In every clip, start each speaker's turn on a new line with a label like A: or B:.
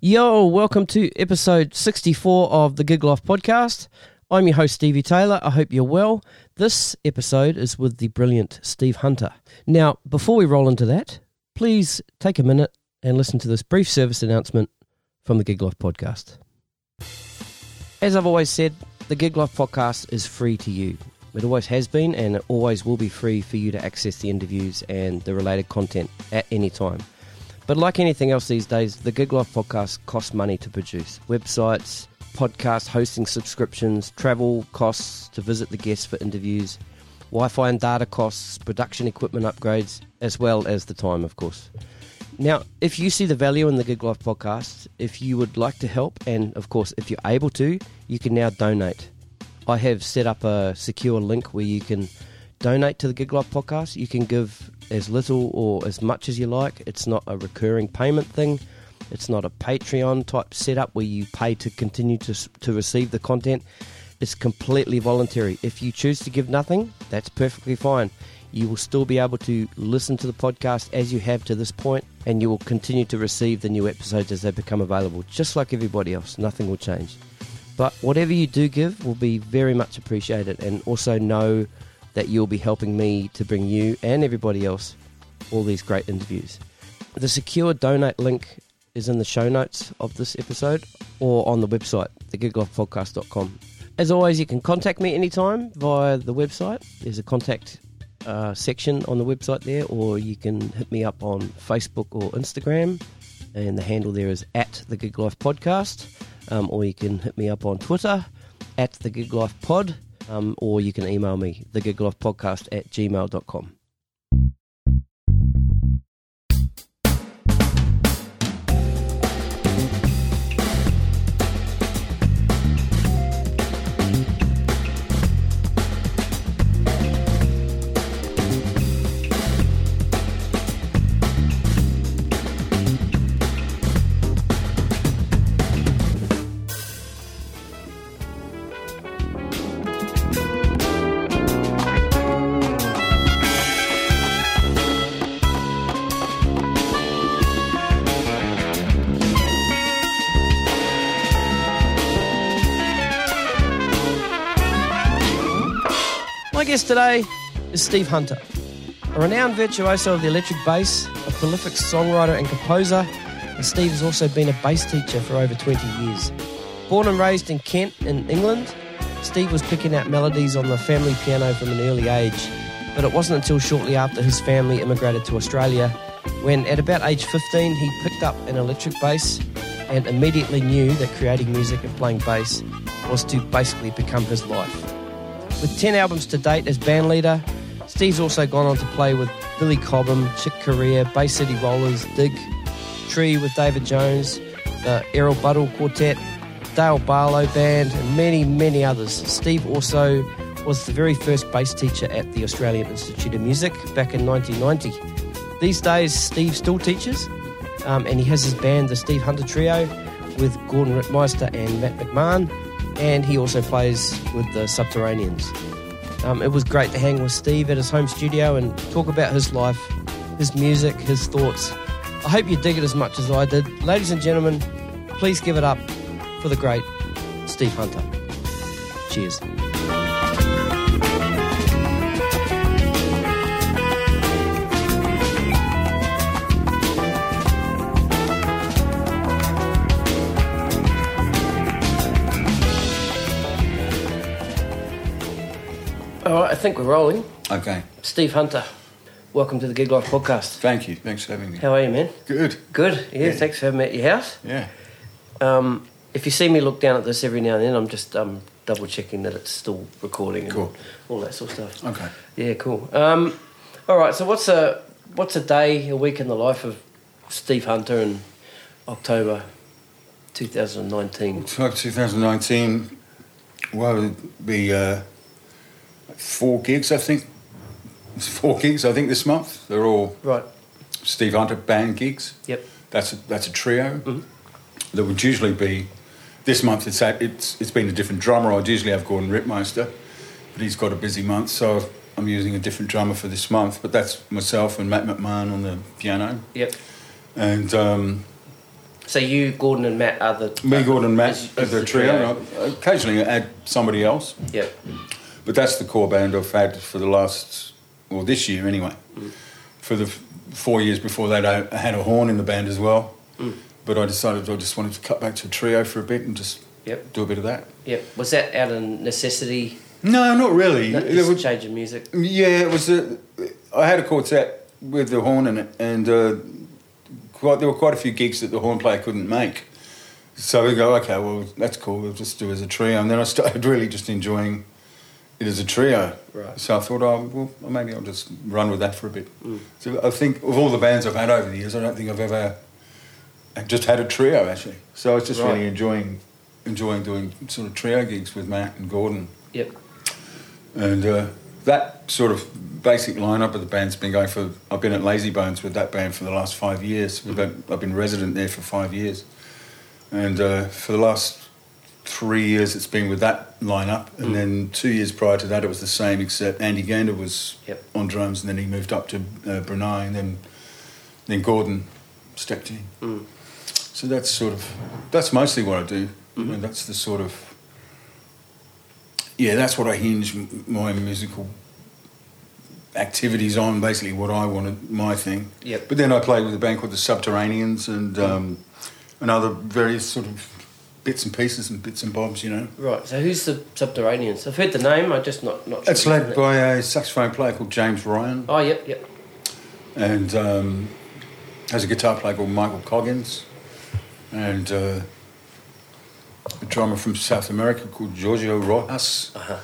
A: Yo, welcome to episode 64 of the Gig Life podcast. I'm your host, Stevie Taylor. I hope you're well. This episode is with the brilliant Steve Hunter. Now, before we roll into that, please take a minute and listen to this brief service announcement from the Gig Life podcast. As I've always said, the Gig Life podcast is free to you. It always has been and it always will be free for you to access the interviews and the related content at any time. But like anything else these days, the Gig Life podcast costs money to produce. Websites, podcast hosting subscriptions, travel costs to visit the guests for interviews, Wi Fi and data costs, production equipment upgrades, as well as the time, of course. Now, if you see the value in the Gig Life podcast, if you would like to help, and of course, if you're able to, you can now donate. I have set up a secure link where you can donate to the Gig Life podcast. You can give as little or as much as you like. It's not a recurring payment thing. It's not a Patreon type setup where you pay to continue to s- to receive the content. It's completely voluntary. If you choose to give nothing, that's perfectly fine. You will still be able to listen to the podcast as you have to this point, and you will continue to receive the new episodes as they become available, just like everybody else. Nothing will change. But whatever you do give will be very much appreciated, and also know that you'll be helping me to bring you and everybody else all these great interviews. The secure donate link is in the show notes of this episode or on the website, thegigloffpodcast.com. As always, you can contact me anytime via the website. There's a contact uh, section on the website there, or you can hit me up on Facebook or Instagram, and the handle there is at the Gig Life Podcast, um, or you can hit me up on Twitter at the Gig Life Pod, um, or you can email me the Gig Life Podcast at gmail.com. My guest today is Steve Hunter, a renowned virtuoso of the electric bass, a prolific songwriter and composer, and Steve has also been a bass teacher for over 20 years. Born and raised in Kent in England, Steve was picking out melodies on the family piano from an early age, but it wasn't until shortly after his family immigrated to Australia when, at about age 15, he picked up an electric bass and immediately knew that creating music and playing bass was to basically become his life. With 10 albums to date as bandleader, Steve's also gone on to play with Billy Cobham, Chick Corea, Bay City Rollers, Dig, Tree with David Jones, the Errol Buttle Quartet, Dale Barlow Band, and many, many others. Steve also was the very first bass teacher at the Australian Institute of Music back in 1990. These days, Steve still teaches, um, and he has his band, the Steve Hunter Trio, with Gordon Rittmeister and Matt McMahon, and he also plays with the Subterraneans. Um, it was great to hang with Steve at his home studio and talk about his life, his music, his thoughts. I hope you dig it as much as I did. Ladies and gentlemen, please give it up for the great Steve Hunter. Cheers. All right, I think we're rolling.
B: Okay,
A: Steve Hunter, welcome to the Gig Life podcast.
B: thank you. Thanks for having me.
A: How are you, man?
B: Good.
A: Good. Yeah, thanks for having me at your house.
B: Yeah.
A: Um, if you see me look down at this every now and then, I'm just um, double checking that it's still recording and
B: Cool.
A: all that sort of stuff.
B: Okay.
A: Yeah, cool. Um, all right. So what's a what's a day, a week in the life of Steve Hunter in October 2019?
B: So 2019, well, it'd be uh, four gigs, I think. It's four gigs, I think, this month. They're all
A: Right.
B: Steve Hunter band gigs.
A: Yep.
B: That's a, that's a trio. That would usually be this month. It's had, it's it's been a different drummer. I'd usually have Gordon Rittmeister, but he's got a busy month, so I've, I'm using a different drummer for this month. But that's myself and Matt McMahon on the piano.
A: Yep.
B: and um,
A: So you, Gordon, and Matt are the
B: Me, Gordon, and Matt
A: is-
B: as
A: is
B: the trio. and I Occasionally add somebody else,
A: Yep.
B: but that's the core band I've had for the last, well, this year anyway. For the f- four years before that, I, I had a horn in the band as well, but I decided I just wanted to cut back to trio for a bit and just
A: Yep.
B: do a bit of that.
A: Yep. Was that out of necessity?
B: No, not really.
A: That
B: There
A: just
B: were-
A: change of music.
B: Yeah, it was. A, I had a quartet with the horn in it, and uh, quite, there were quite a few gigs that the horn player couldn't make. So we go, okay, well, that's cool. We'll just do it as a trio. And then I started really just enjoying it as a trio.
A: Right. Mm.
B: So I thought, oh, well, maybe I'll just run with that for a bit. So I think of all the bands I've had over the years, I don't think I've ever just had a trio actually. So I was just
A: Right.
B: really enjoying enjoying doing sort of trio gigs with Matt and Gordon.
A: Yep.
B: And uh, that sort of basic lineup of the band's been going for. I've been at Lazy Bones with that band for the last five years. We've been, I've been resident there for five years, and uh, for the last three years it's been with that lineup. And then two years prior to that, it was the same, except Andy Gander was
A: Yep.
B: on drums, and then he moved up to uh, Brunei, and then then Gordon stepped in. So that's sort of that's mostly what I do. And that's the sort of yeah, that's what I hinge m- my musical activities on. Basically, what I wanted, my thing.
A: Yep.
B: But then I played with a band called the Subterraneans and um, and other various sort of bits and pieces and bits and bobs. You know,
A: Right. So who's the Subterraneans? I've heard the name. I'm just not not. Sure
B: it's
A: who's in
B: led
A: it.
B: by a saxophone player called James Ryan
A: Oh yep yep.
B: and um, has a guitar player called Michael Coggins and. Uh, a drummer from South America called Giorgio Rojas,
A: Uh-huh.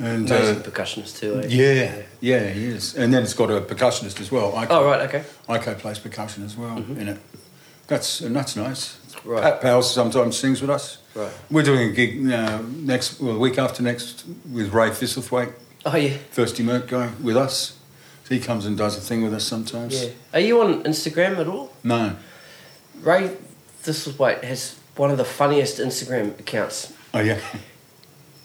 B: and
A: Amazing
B: uh,
A: percussionist too. Eh?
B: Yeah, yeah, he is. And then it's got a percussionist as well. Ico,
A: Oh right. Okay.
B: Ico plays percussion as well in it. That's and that's nice.
A: Right.
B: Pat Powell sometimes sings with us.
A: Right.
B: We're doing a gig uh, next, well, the week after next with Ray Thistlethwaite,
A: Oh yeah.
B: Thirsty Merc guy, with us. He comes and does a thing with us sometimes.
A: Yeah. Are you on Instagram at all?
B: No.
A: Ray Thistlethwaite has one of the funniest Instagram accounts.
B: Oh yeah.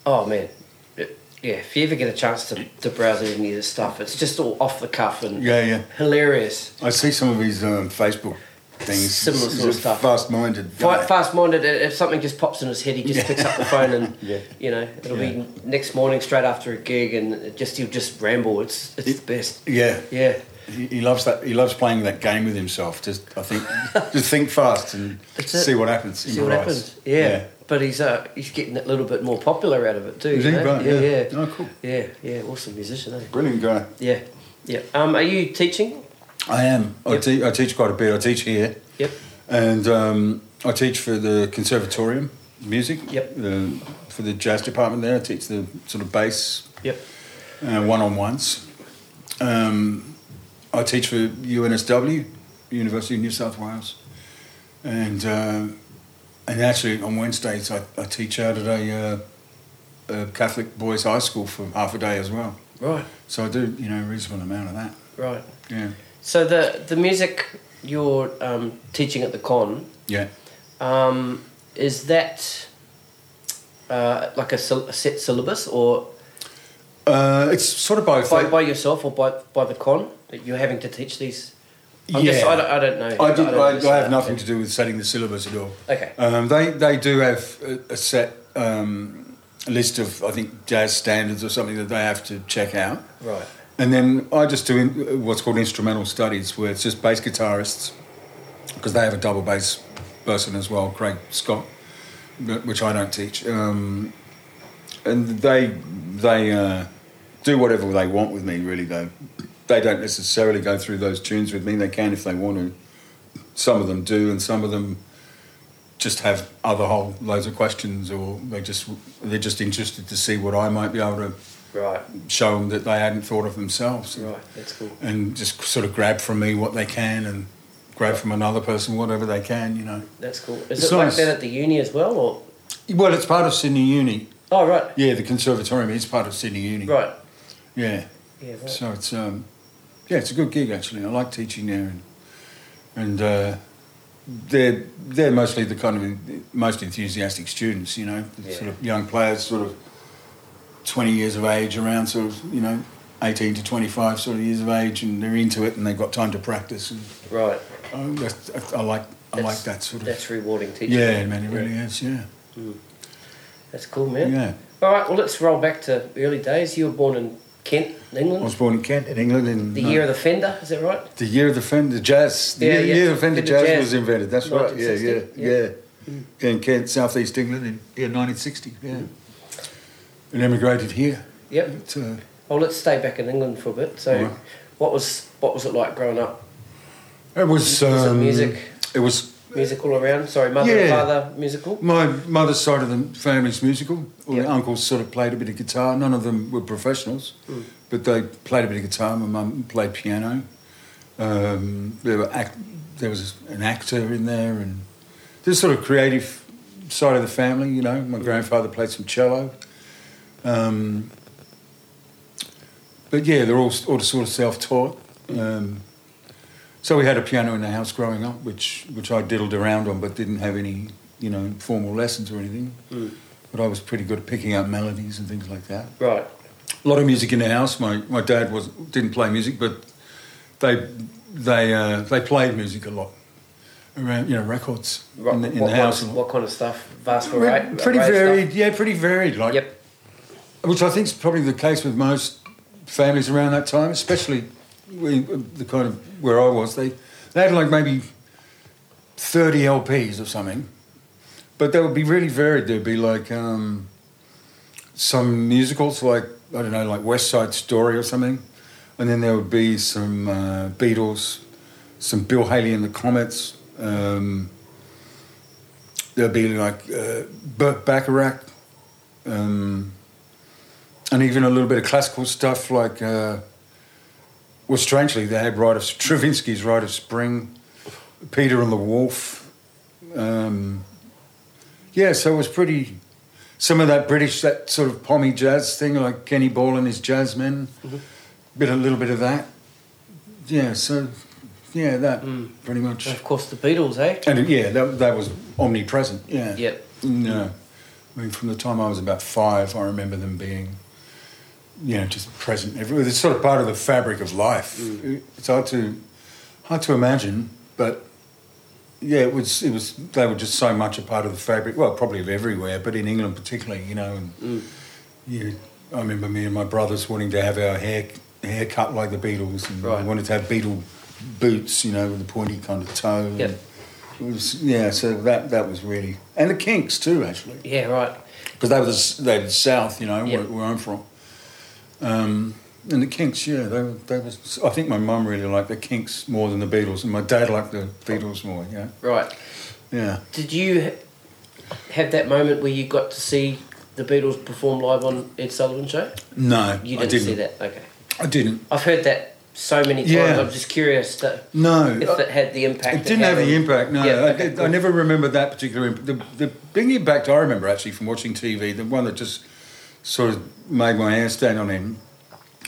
A: Oh man, It- yeah. If you ever get a chance to, to browse any of this stuff, it's just all off the cuff and
B: Yeah, yeah.
A: hilarious.
B: I see some of his um, Facebook things.
A: Similar
B: He's
A: sort of
B: a
A: stuff.
B: Fast-minded. guy.
A: Fast minded. If something just pops in his head, he just picks up the phone and
B: Yeah.
A: you know it'll
B: Yeah.
A: be next morning straight after a gig and it just he'll just ramble. It's it's the best.
B: Yeah.
A: Yeah.
B: He he loves that. He loves playing that game with himself. Just I think, just think fast and
A: That's it.
B: see what happens.
A: See what
B: improvise.
A: happens. Yeah. But he's uh he's getting a little bit more popular out of it too.
B: Is
A: you
B: he?
A: know?
B: Right,
A: yeah, yeah.
B: yeah. Oh, cool.
A: Yeah, yeah. Awesome musician. Eh?
B: brilliant guy.
A: Yeah, yeah. Um, are you teaching?
B: I am. I,
A: Yep.
B: te- I teach quite a bit. I teach here,
A: Yep.
B: and um, I teach for the conservatorium music.
A: Yep.
B: the- for the jazz department there, I teach the sort of bass
A: Yep.
B: uh, one-on-ones. Um, I teach for UNSW, University of New South Wales, and uh, and actually on Wednesdays I, I teach out at a, uh, a Catholic boys' high school for half a day as well.
A: Right.
B: So I do you know a reasonable amount of that.
A: Right.
B: Yeah,
A: So the the music you're um, teaching at the con
B: yeah.
A: um, is that uh, like a, syl- a set syllabus or
B: Uh, it's sort of both.
A: by, by yourself or by by the con that you're having to teach these? I'm
B: yeah.
A: just, I, don't, I don't know.
B: I, did,
A: don't
B: I, I have
A: understand.
B: nothing to do with setting the syllabus at all.
A: Okay.
B: Um, they they do have a, a set um, list of I think jazz standards or something that they have to check out,
A: Right.
B: and then I just do in, what's called instrumental studies, where it's just bass guitarists, because they have a double bass person as well, Craig Scott, but- which I don't teach, um, and they they uh, do whatever they want with me. Really, though, they don't necessarily go through those tunes with me. They can if they want to. Some of them do, and some of them just have other whole loads of questions, or they just they're just interested to see what I might be able to
A: Right.
B: show them that they hadn't thought of themselves,
A: Right. That's cool.
B: and just sort of grab from me what they can, and grab from another person whatever they can. You know.
A: That's cool. Is
B: It's
A: it
B: nice.
A: like that at the uni as well? Or
B: Well, it's part of Sydney Uni.
A: oh, right.
B: Yeah, the conservatorium is part of Sydney Uni.
A: Right.
B: Yeah.
A: Yeah. Right.
B: So it's um, yeah, it's a good gig actually. I like teaching there, and and uh, they're they're mostly the kind of most enthusiastic students, you know, the
A: Yeah.
B: sort of young players, sort of twenty years of age, around sort of you know eighteen to twenty five sort of years of age, and they're into it, and they've got time to practice, and
A: Right.
B: oh, I, I, I like I like
C: That's-
B: that sort of.
C: That's rewarding teaching.
B: Yeah, man, it really is. Yeah,
C: That's cool, man.
B: yeah.
C: All right, well, let's roll back to early days. You were born in Kent,
B: I
C: England.
B: was born in Kent, in England, in
C: the
B: uh,
C: year of the Fender, is that right?
B: the year of the Fender Jazz. The
C: Yeah,
B: year,
C: yeah.
B: year the Fender
C: Fender
B: jazz,
C: Jazz.
B: was invented. That's right. Yeah, yeah,
C: 1960, yeah. Mm.
B: yeah. In Kent, southeast England, in yeah, 1960. Yeah, and emigrated here.
C: Yep.
B: But, uh,
C: Well, let's stay back in England for a bit. So,
B: Alright.
C: what was what was it like growing up?
B: it was, um,
C: Was it music?
B: It was
C: Music all around. Sorry, mother and
B: Yeah.
C: father musical.
B: My mother's side of the family's musical. All
C: Yeah.
B: the uncles sort of played a bit of guitar. None of them were professionals,
C: Hmm.
B: but they played a bit of guitar. My mum played piano. Um, there were act- there was an actor in there, and this sort of creative side of the family. You know,
C: Hmm.
B: my grandfather played some cello. Um, but yeah, they're all, all sort of self-taught.
C: Hmm.
B: Um, so we had a piano in the house growing up, which which I diddled around on, but didn't have any you know formal lessons or anything. But I was pretty good at picking up melodies and things like that.
C: Right.
B: A lot of music in the house. My my dad was didn't play music, but they they uh, they played music a lot around you know records
C: Right.
B: in the, in
C: what,
B: the house.
C: Kind
B: a
C: of,
B: lot.
C: what kind of stuff? Vast
B: Re-
C: variety.
B: pretty
C: array of
B: varied, yeah, pretty varied. Like
C: Stuff. Yep.
B: which I think is probably the case with most families around that time, especially we, the kind of where I was. They they had like maybe thirty LPs or something, but they would be really varied. There'd be like um, some musicals, like I don't know, like West Side Story or something, and then there would be some uh, Beatles, some Bill Haley and the Comets. Um, there'd be like uh, Burt Bacharach. Um, and even a little bit of classical stuff like uh, well strangely they had Rite of Stravinsky's Rite of Spring Peter and the Wolf um, yeah so it was pretty some of that British that sort of pommy jazz thing like Kenny Ball and his jazzmen bit a little bit of that yeah so yeah that pretty much
C: And of course, the Beatles, eh?
B: and yeah that, that was omnipresent yeah
C: Yep.
B: no. I mean, from the time I was about five, I remember them being, you know, just present everywhere. It's sort of part of the fabric of life.
C: Mm.
B: It's hard to, hard to imagine, but yeah, it was, it was, they were just so much a part of the fabric, well, probably of everywhere, but in England particularly, you know. And
C: Mm.
B: you, I remember me and my brothers wanting to have our hair, hair cut like the Beatles, and
C: Right.
B: we wanted to have Beatle boots, you know, with the pointy kind of toe. and-
C: Yep.
B: it was, yeah, so that that was really and the Kinks too actually
C: Yeah. Right.
B: because they were the, s- they were the South, you know,
C: Yeah.
B: where, where I'm from. Um, and the Kinks, yeah, they were, they was. I think my mum really liked the Kinks more than the Beatles, and my dad liked the Beatles more. Yeah,
C: Right.
B: yeah.
C: Did you ha- have that moment where you got to see the Beatles perform live on Ed Sullivan show?
B: No,
C: You
B: I
C: didn't,
B: didn't.
C: see that. Okay.
B: I didn't.
C: I've heard that so many times.
B: Yeah.
C: I'm just curious that
B: No, Uh,
C: if
B: I-
C: it had the impact.
B: It didn't
C: had
B: have the
C: on-
B: impact. No,
C: E. Yeah,
B: I,
C: okay,
B: did- I
C: cool.
B: never remember that particular impact. The, the big impact I remember actually from watching TV, the one that just sort of made my hair stand on end,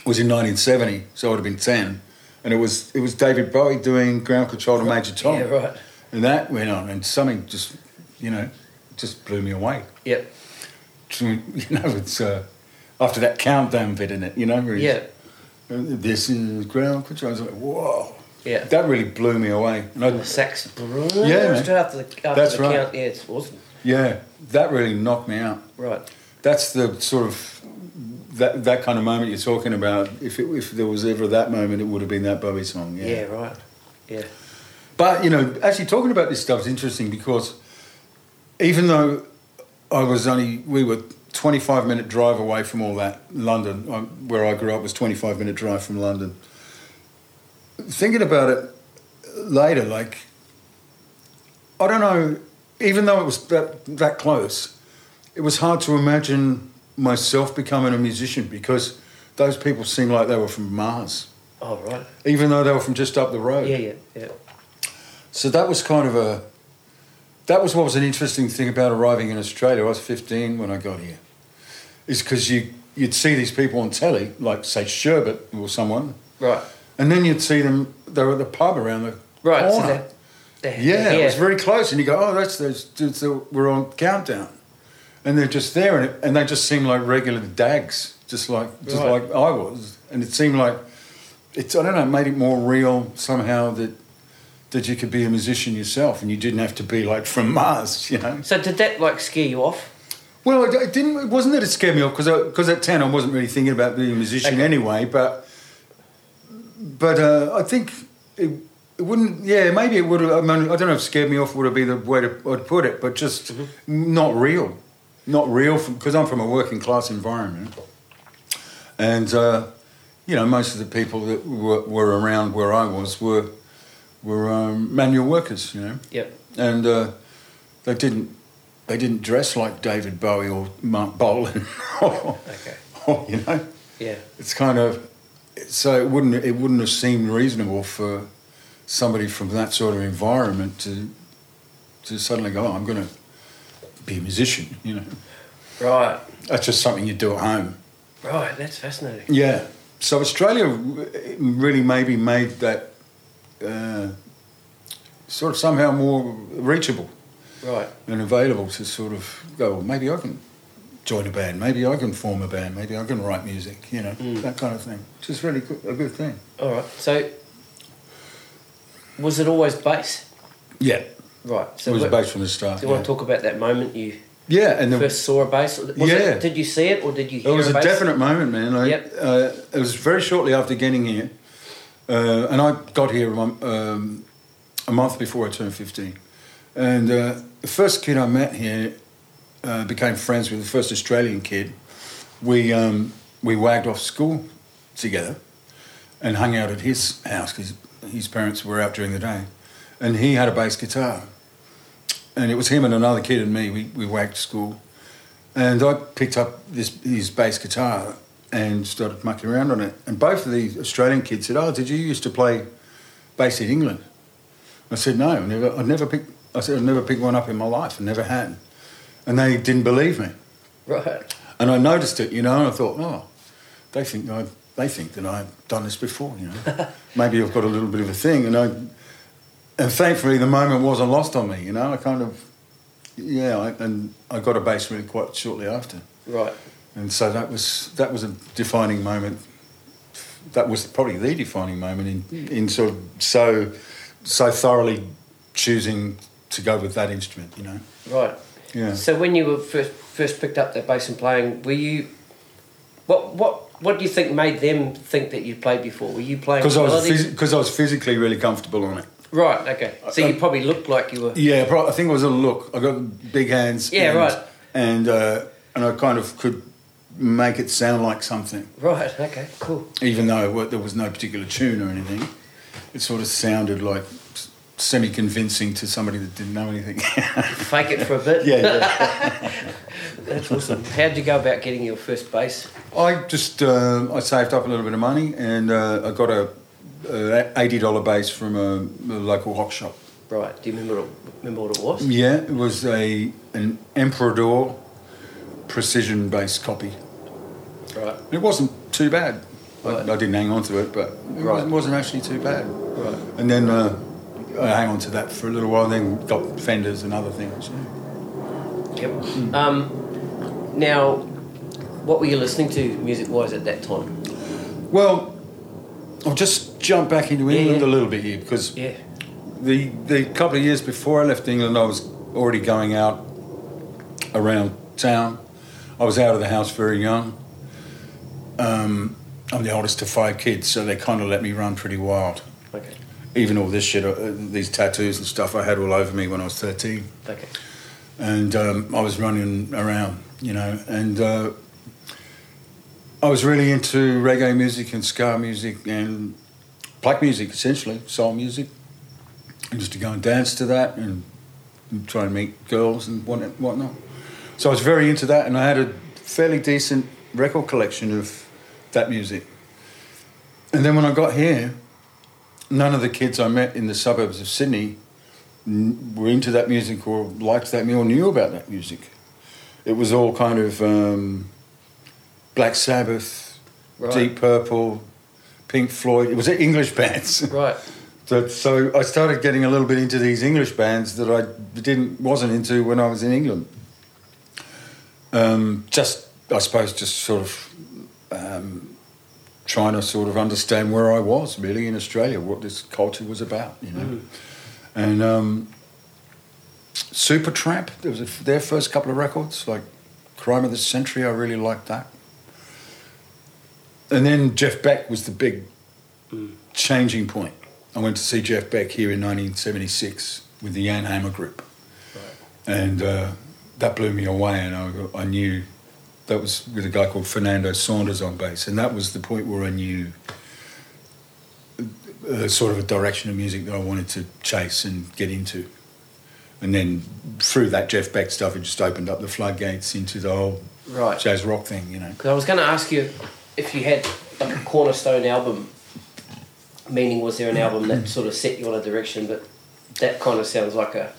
B: was in 1970. So I would have been 10, and it was it was David Bowie doing Ground Control to Major Tom,
C: Yeah, right.
B: and that went on, and something just you know just blew me away.
C: Yep.
B: You know, it's uh, after that countdown bit in it, you know, where he's- "Uh,
C: Yeah.
B: This is ground control. I was like, whoa.
C: Yeah.
B: That really blew me away. And I,
C: The sax.
B: man.
C: Straight after the, after
B: That's
C: the
B: right.
C: count. Yeah, it's awesome.
B: Yeah, that really knocked me out.
C: Right.
B: That's the sort of that that kind of moment you're talking about. If it, if there was ever that moment, it would have been that Bowie song.
C: Yeah,
B: Yeah.
C: right. Yeah.
B: But you know, actually talking about this stuff is interesting because even though I was only we were 25 minute drive away from all that London, I, where I grew up was 25 minute drive from London. Thinking about it later, like I don't know, even though it was that that close, it was hard to imagine myself becoming a musician because those people seemed like they were from Mars,
C: Oh, right.
B: even though they were from just up the road.
C: Yeah, yeah, yeah.
B: So that was kind of a that was what was an interesting thing about arriving in Australia. I was 15 when I got here. Is because you you'd see these people on telly, like say Sherbet or someone,
C: Right.
B: and then you'd see them. They were at the pub around the
C: Right. So
B: corner.
C: that, that,
B: yeah, it was very close, and you go, oh, that's those dudes that were on Countdown, and they're just there, and, it, and they just seem like regular dags, just like just
C: Right.
B: like I was, and it seemed like it's I don't know, it made it more real somehow that that you could be a musician yourself and you didn't have to be like from Mars, you know.
C: So did that like scare you off?
B: Well, it, it didn't. It wasn't that it scared me off because because at ten I wasn't really thinking about being a musician
C: Okay.
B: anyway. But but uh, I think it, it wouldn't. Yeah, maybe it would. have I, mean, I don't know if scared me off would have been the way to, I'd put it, but just not real, not real. Because I'm from a working class environment, and uh, you know most of the people that were, were around where I was were were um, manual workers. You know
C: Yep.
B: and uh, they didn't they didn't dress like David Bowie or Mark Bolan.
C: Okay.
B: Or, you know,
C: Yeah.
B: it's kind of so it wouldn't it wouldn't have seemed reasonable for somebody from that sort of environment to to suddenly go, oh, I'm going to be a musician. You know,
C: Right.
B: that's just something you do at home.
C: Right. That's fascinating.
B: Yeah. So Australia re- really maybe made that uh, sort of somehow more reachable
C: Right.
B: and available to sort of go, well, maybe I can join a band, maybe I can form a band, maybe I can write music, you know,
C: Mm.
B: that kind of thing. Which is really good, a good thing.
C: All right. So was it always bass?
B: Yeah.
C: Right. So
B: it was
C: what-
B: based from the start.
C: Do you
B: yeah.
C: want to talk about that moment you
B: yeah, and the,
C: first saw a bass? Was
B: Yeah.
C: It, did you see it or did you
B: it
C: hear
B: was a
C: bass?
B: definite moment, man. Like,
C: Yep.
B: uh, it was very shortly after getting here, uh, and I got here a month, um, a month before I turned 15. And uh, the first kid I met here uh, became friends with the first Australian kid. We um, we wagged off school together and hung out at his house because his parents were out during the day, and he had a bass guitar. And it was him and another kid and me. We we wagged school, and I picked up this his bass guitar and started mucking around on it. And both of the Australian kids said, "Oh, did you used to play bass in England?" I said, "No, I never. I never picked. I said I never picked one up in my life. I never had." And they didn't believe me.
C: Right.
B: And I noticed it, you know, and I thought, oh, they think I, they think that I've done this before, you know. Maybe I've got a little bit of a thing, and I, and thankfully the moment wasn't lost on me, you know. I kind of, yeah, I, and I got a bass really quite shortly after,
C: Right.
B: and so that was that was a defining moment. That was probably the defining moment in in sort of so so thoroughly choosing to go with that instrument, you know.
C: Right.
B: Yeah.
C: So when you were first first picked up that bass and playing, were you what what what do you think made them think that you played before? Were you playing
B: Because I was
C: melodies?
B: because I was physically really comfortable on it.
C: Right. Okay. So you
B: Um,
C: probably looked like you were.
B: Yeah, pro- I think it was a look. I got big hands.
C: Yeah,
B: and,
C: right.
B: And uh, and I kind of could make it sound like something,
C: Right. Okay. Cool.
B: even though wa- there was no particular tune or anything. It sort of sounded like semi convincing to somebody that didn't know anything.
C: Fake it for a bit.
B: yeah, yeah.
C: That's awesome. How would you go about getting your first bass?
B: I just um I saved up a little bit of money and uh, I got a, a eighty dollar bass from a, a local hop shop.
C: Right. Do you remember remember what it was?
B: Yeah, it was a an Emperador precision bass copy.
C: Right.
B: It wasn't too bad. I,
C: Right.
B: I didn't hang on to it, but it
C: Right.
B: wasn't, wasn't actually too bad.
C: Right.
B: And then uh, I hang on to that for a little while, and then got fenders and other things. yeah.
C: Yep. Um, now, what were you listening to music wise at that time?
B: Well, I'll just jump back into
C: Yeah,
B: England
C: yeah.
B: a little bit here because
C: Yeah.
B: the the couple of years before I left England, I was already going out around town. I was out of the house very young. Um, I'm the oldest of five kids, so they kind of let me run pretty wild.
C: Okay.
B: even all this shit, uh, these tattoos and stuff I had all over me when I was 13.
C: Okay.
B: And um, I was running around, you know, and uh, I was really into reggae music and ska music and black music, essentially, soul music. I used to go and dance to that and try and meet girls and what whatnot. So I was very into that, and I had a fairly decent record collection of that music. And then when I got here, none of the kids I met in the suburbs of Sydney n- were into that music or liked that music or knew about that music. It was all kind of um, Black Sabbath,
C: Right.
B: Deep Purple, Pink Floyd. It was English bands.
C: Right.
B: So, so I started getting a little bit into these English bands that I didn't wasn't into when I was in England. Um, just I suppose just sort of um, trying to sort of understand where I was really in Australia, what this culture was about, you know. and um, Super Tramp. There was a, their first couple of records, like Crime of the Century. I really liked that. And then Jeff Beck was the big changing point. I went to see Jeff Beck here in 1976 with the Jan Hammer Group, and uh, that blew me away. And I, I knew that was with a guy called Fernando Saunders on bass, and that was the point where I knew uh, sort of a direction of music that I wanted to chase and get into. And then through that Jeff Beck stuff, it just opened up the floodgates into the whole
C: Right.
B: jazz rock thing, you know.
C: Because I was going to ask you if you had like a cornerstone album, meaning was there an album that sort of set you on a direction, but that kind of sounds like a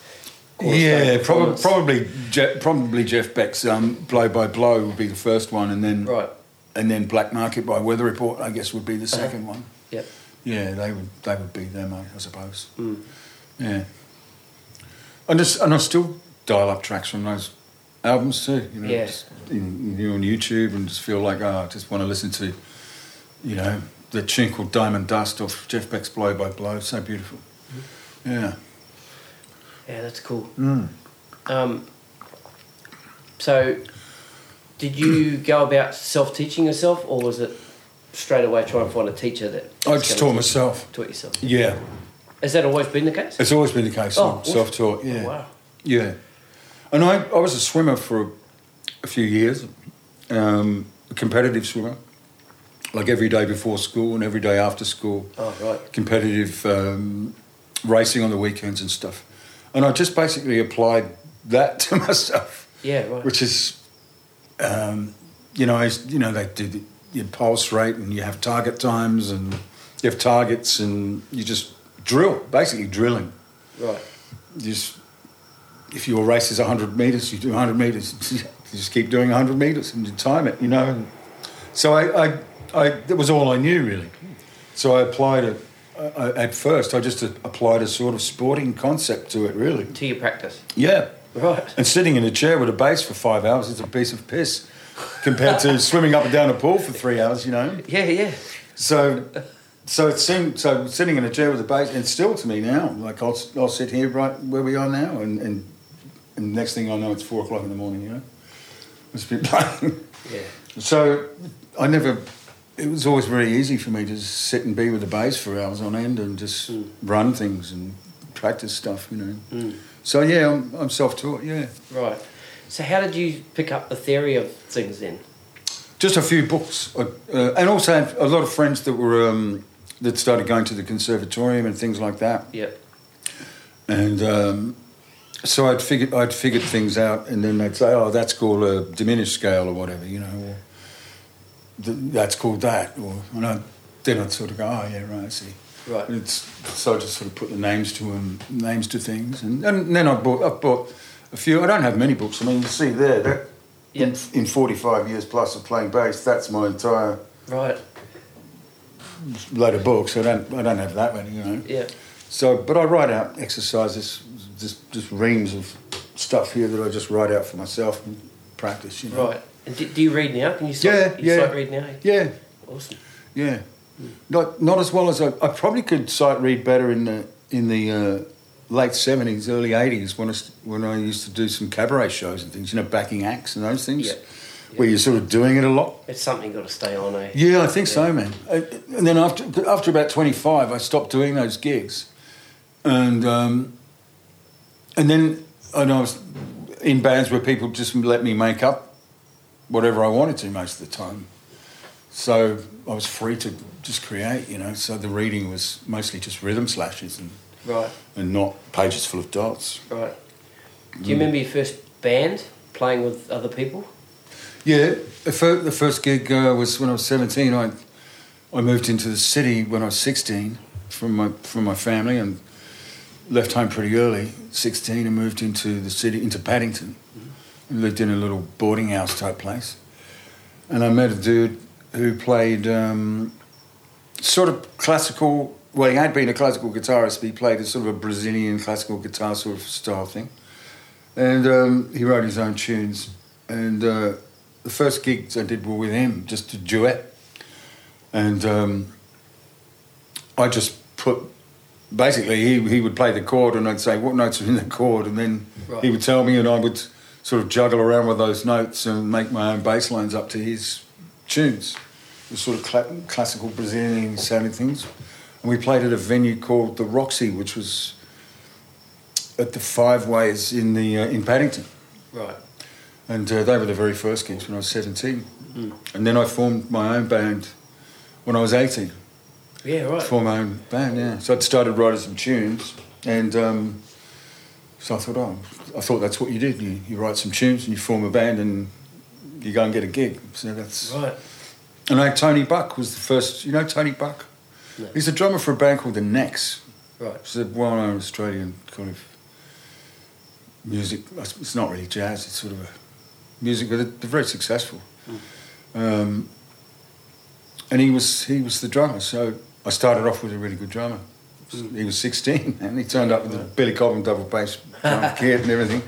C: cornerstone
B: Yeah, prob-
C: performance.
B: probably Je- probably Jeff Beck's um, Blow by Blow would be the first one, and then
C: Right,
B: and then Black Market by Weather Report, I guess, would be the 2nd one.
C: yeah.
B: Yeah, they would they would be them, I, I suppose. Yeah, and just, and I still dial up tracks from those albums too. You know,
C: Yeah.
B: just in, you know, on YouTube, and just feel like oh, I just want to listen to, you know, the tune called Diamond Dust off Jeff Beck's Blow by Blow. So beautiful. Yeah.
C: Yeah, that's cool. Um, so, did you go about self teaching yourself, or was it straight away try and find a teacher that?
B: I just taught myself.
C: Taught yourself.
B: Yeah,
C: Has that always been the case?
B: It's always been the case.
C: Oh,
B: I'm
C: awesome.
B: self-taught. Yeah.
C: Wow.
B: Yeah. And I, I was a swimmer for a few years, um, a competitive swimmer, like every day before school and every day after school.
C: Oh, right.
B: Competitive um, racing on the weekends and stuff. And I just basically applied that to myself
C: Yeah, right.
B: which is, um, you know, I, you know, they do the, your pulse rate and you have target times and you have targets and you just drill, basically drilling.
C: right.
B: You just if your race is 100 meters, you do 100 meters. you just keep doing 100 meters and you time it, you know. And so I, I, I, that was all I knew really. So I applied it. I, I- at first, I just uh, applied a sort of sporting concept to it, really.
C: To your practice.
B: Yeah.
C: Right.
B: And sitting in a chair with a bass for five hours is a piece of piss compared to swimming up and down a pool for three hours, you know.
C: Yeah, yeah.
B: So, so it seemed so sitting in a chair with a bass, and still to me now, like I'll, I'll sit here right where we are now, and, and, and next thing I know, it's four o'clock in the morning, you know. It's been
C: Yeah.
B: So I never. It was always very easy for me to just sit and be with the bass for hours on end and just run things and practice stuff, you know. So yeah, I'm, I'm self-taught. Yeah.
C: Right. So how did you pick up the theory of things then?
B: just a few books, uh, uh, and also have a lot of friends that were um, that started going to the conservatorium and things like that.
C: Yep.
B: And um, so I'd figured I'd figured things out, and then they'd say, "Oh, that's called a diminished scale or whatever," you know, or th- that's called that, or and I, then I'd sort of go, "Oh yeah, right, I see."
C: Right.
B: And It's so I just sort of put the names to 'em- names to things, and, and then I bought I bought a few. I don't have many books. I mean, you see there that.
C: Yeah.
B: In, in 45 years plus of playing bass, that's my entire
C: Right.
B: load of books. I don't, I don't have that many, you know.
C: Yeah.
B: So, but I write out exercises, just just reams of stuff here that I just write out for myself and practice, you know.
C: Right. And do, do you read now? Can you start,
B: Yeah,
C: you
B: yeah.
C: start reading now?
B: Yeah,
C: Awesome.
B: yeah. Not not as well as I, I probably could sight read better in the in the uh, late seventies, early eighties when I s- when I used to do some cabaret shows and things, you know, backing acts and those things,
C: Yeah.
B: where you're sort of doing it a lot.
C: It's something you've got to stay on, eh?
B: Yeah, I think so, man. Uh, And then after after about twenty five, I stopped doing those gigs, and um, and then and I was in bands where people just let me make up whatever I wanted to most of the time. So I was free to just create, you know. So the reading was mostly just rhythm slashes and
C: Right.
B: and not pages full of dots.
C: Right. Do you remember your first band playing with other people?
B: Yeah, the, fir- the first gig uh, was when I was 17. I, I moved into the city when I was 16 from my, from my family and left home pretty early, 16, and moved into the city, into Paddington. And lived in a little boarding house type place. And I met a dude who played um, sort of classical, well, he had been a classical guitarist, but he played a sort of a Brazilian classical guitar sort of style thing and um, he wrote his own tunes. And uh, the first gigs I did were with him, just a duet. And um, I just put basically he, he would play the chord and I'd say what notes are in the chord and then
C: Right.
B: he would tell me and I would sort of juggle around with those notes and make my own bass lines up to his tunes. It was sort of cla- classical Brazilian sounding things. And we played at a venue called the Roxy, which was at the Five Ways in the uh, in Paddington.
C: Right.
B: And uh, they were the very first gigs when I was 17. And then I formed my own band when I was 18
C: Yeah, right.
B: for my own band, yeah. So I'd started writing some tunes, and um, so I thought, oh, I thought that's what you did. You, you write some tunes and you form a band and you go and get a gig. So that's.
C: Right.
B: And I, Tony Buck was the first. You know Tony Buck?
C: No.
B: He's a drummer for a band called The Necks.
C: Right.
B: It's a well-known Australian kind of music. It's not really jazz. It's sort of a music, but they're very successful. Um, and he was he was the drummer. So I started off with a really good drummer. He was 16, and he turned up with a Billy Cobham double bass drum kit and everything.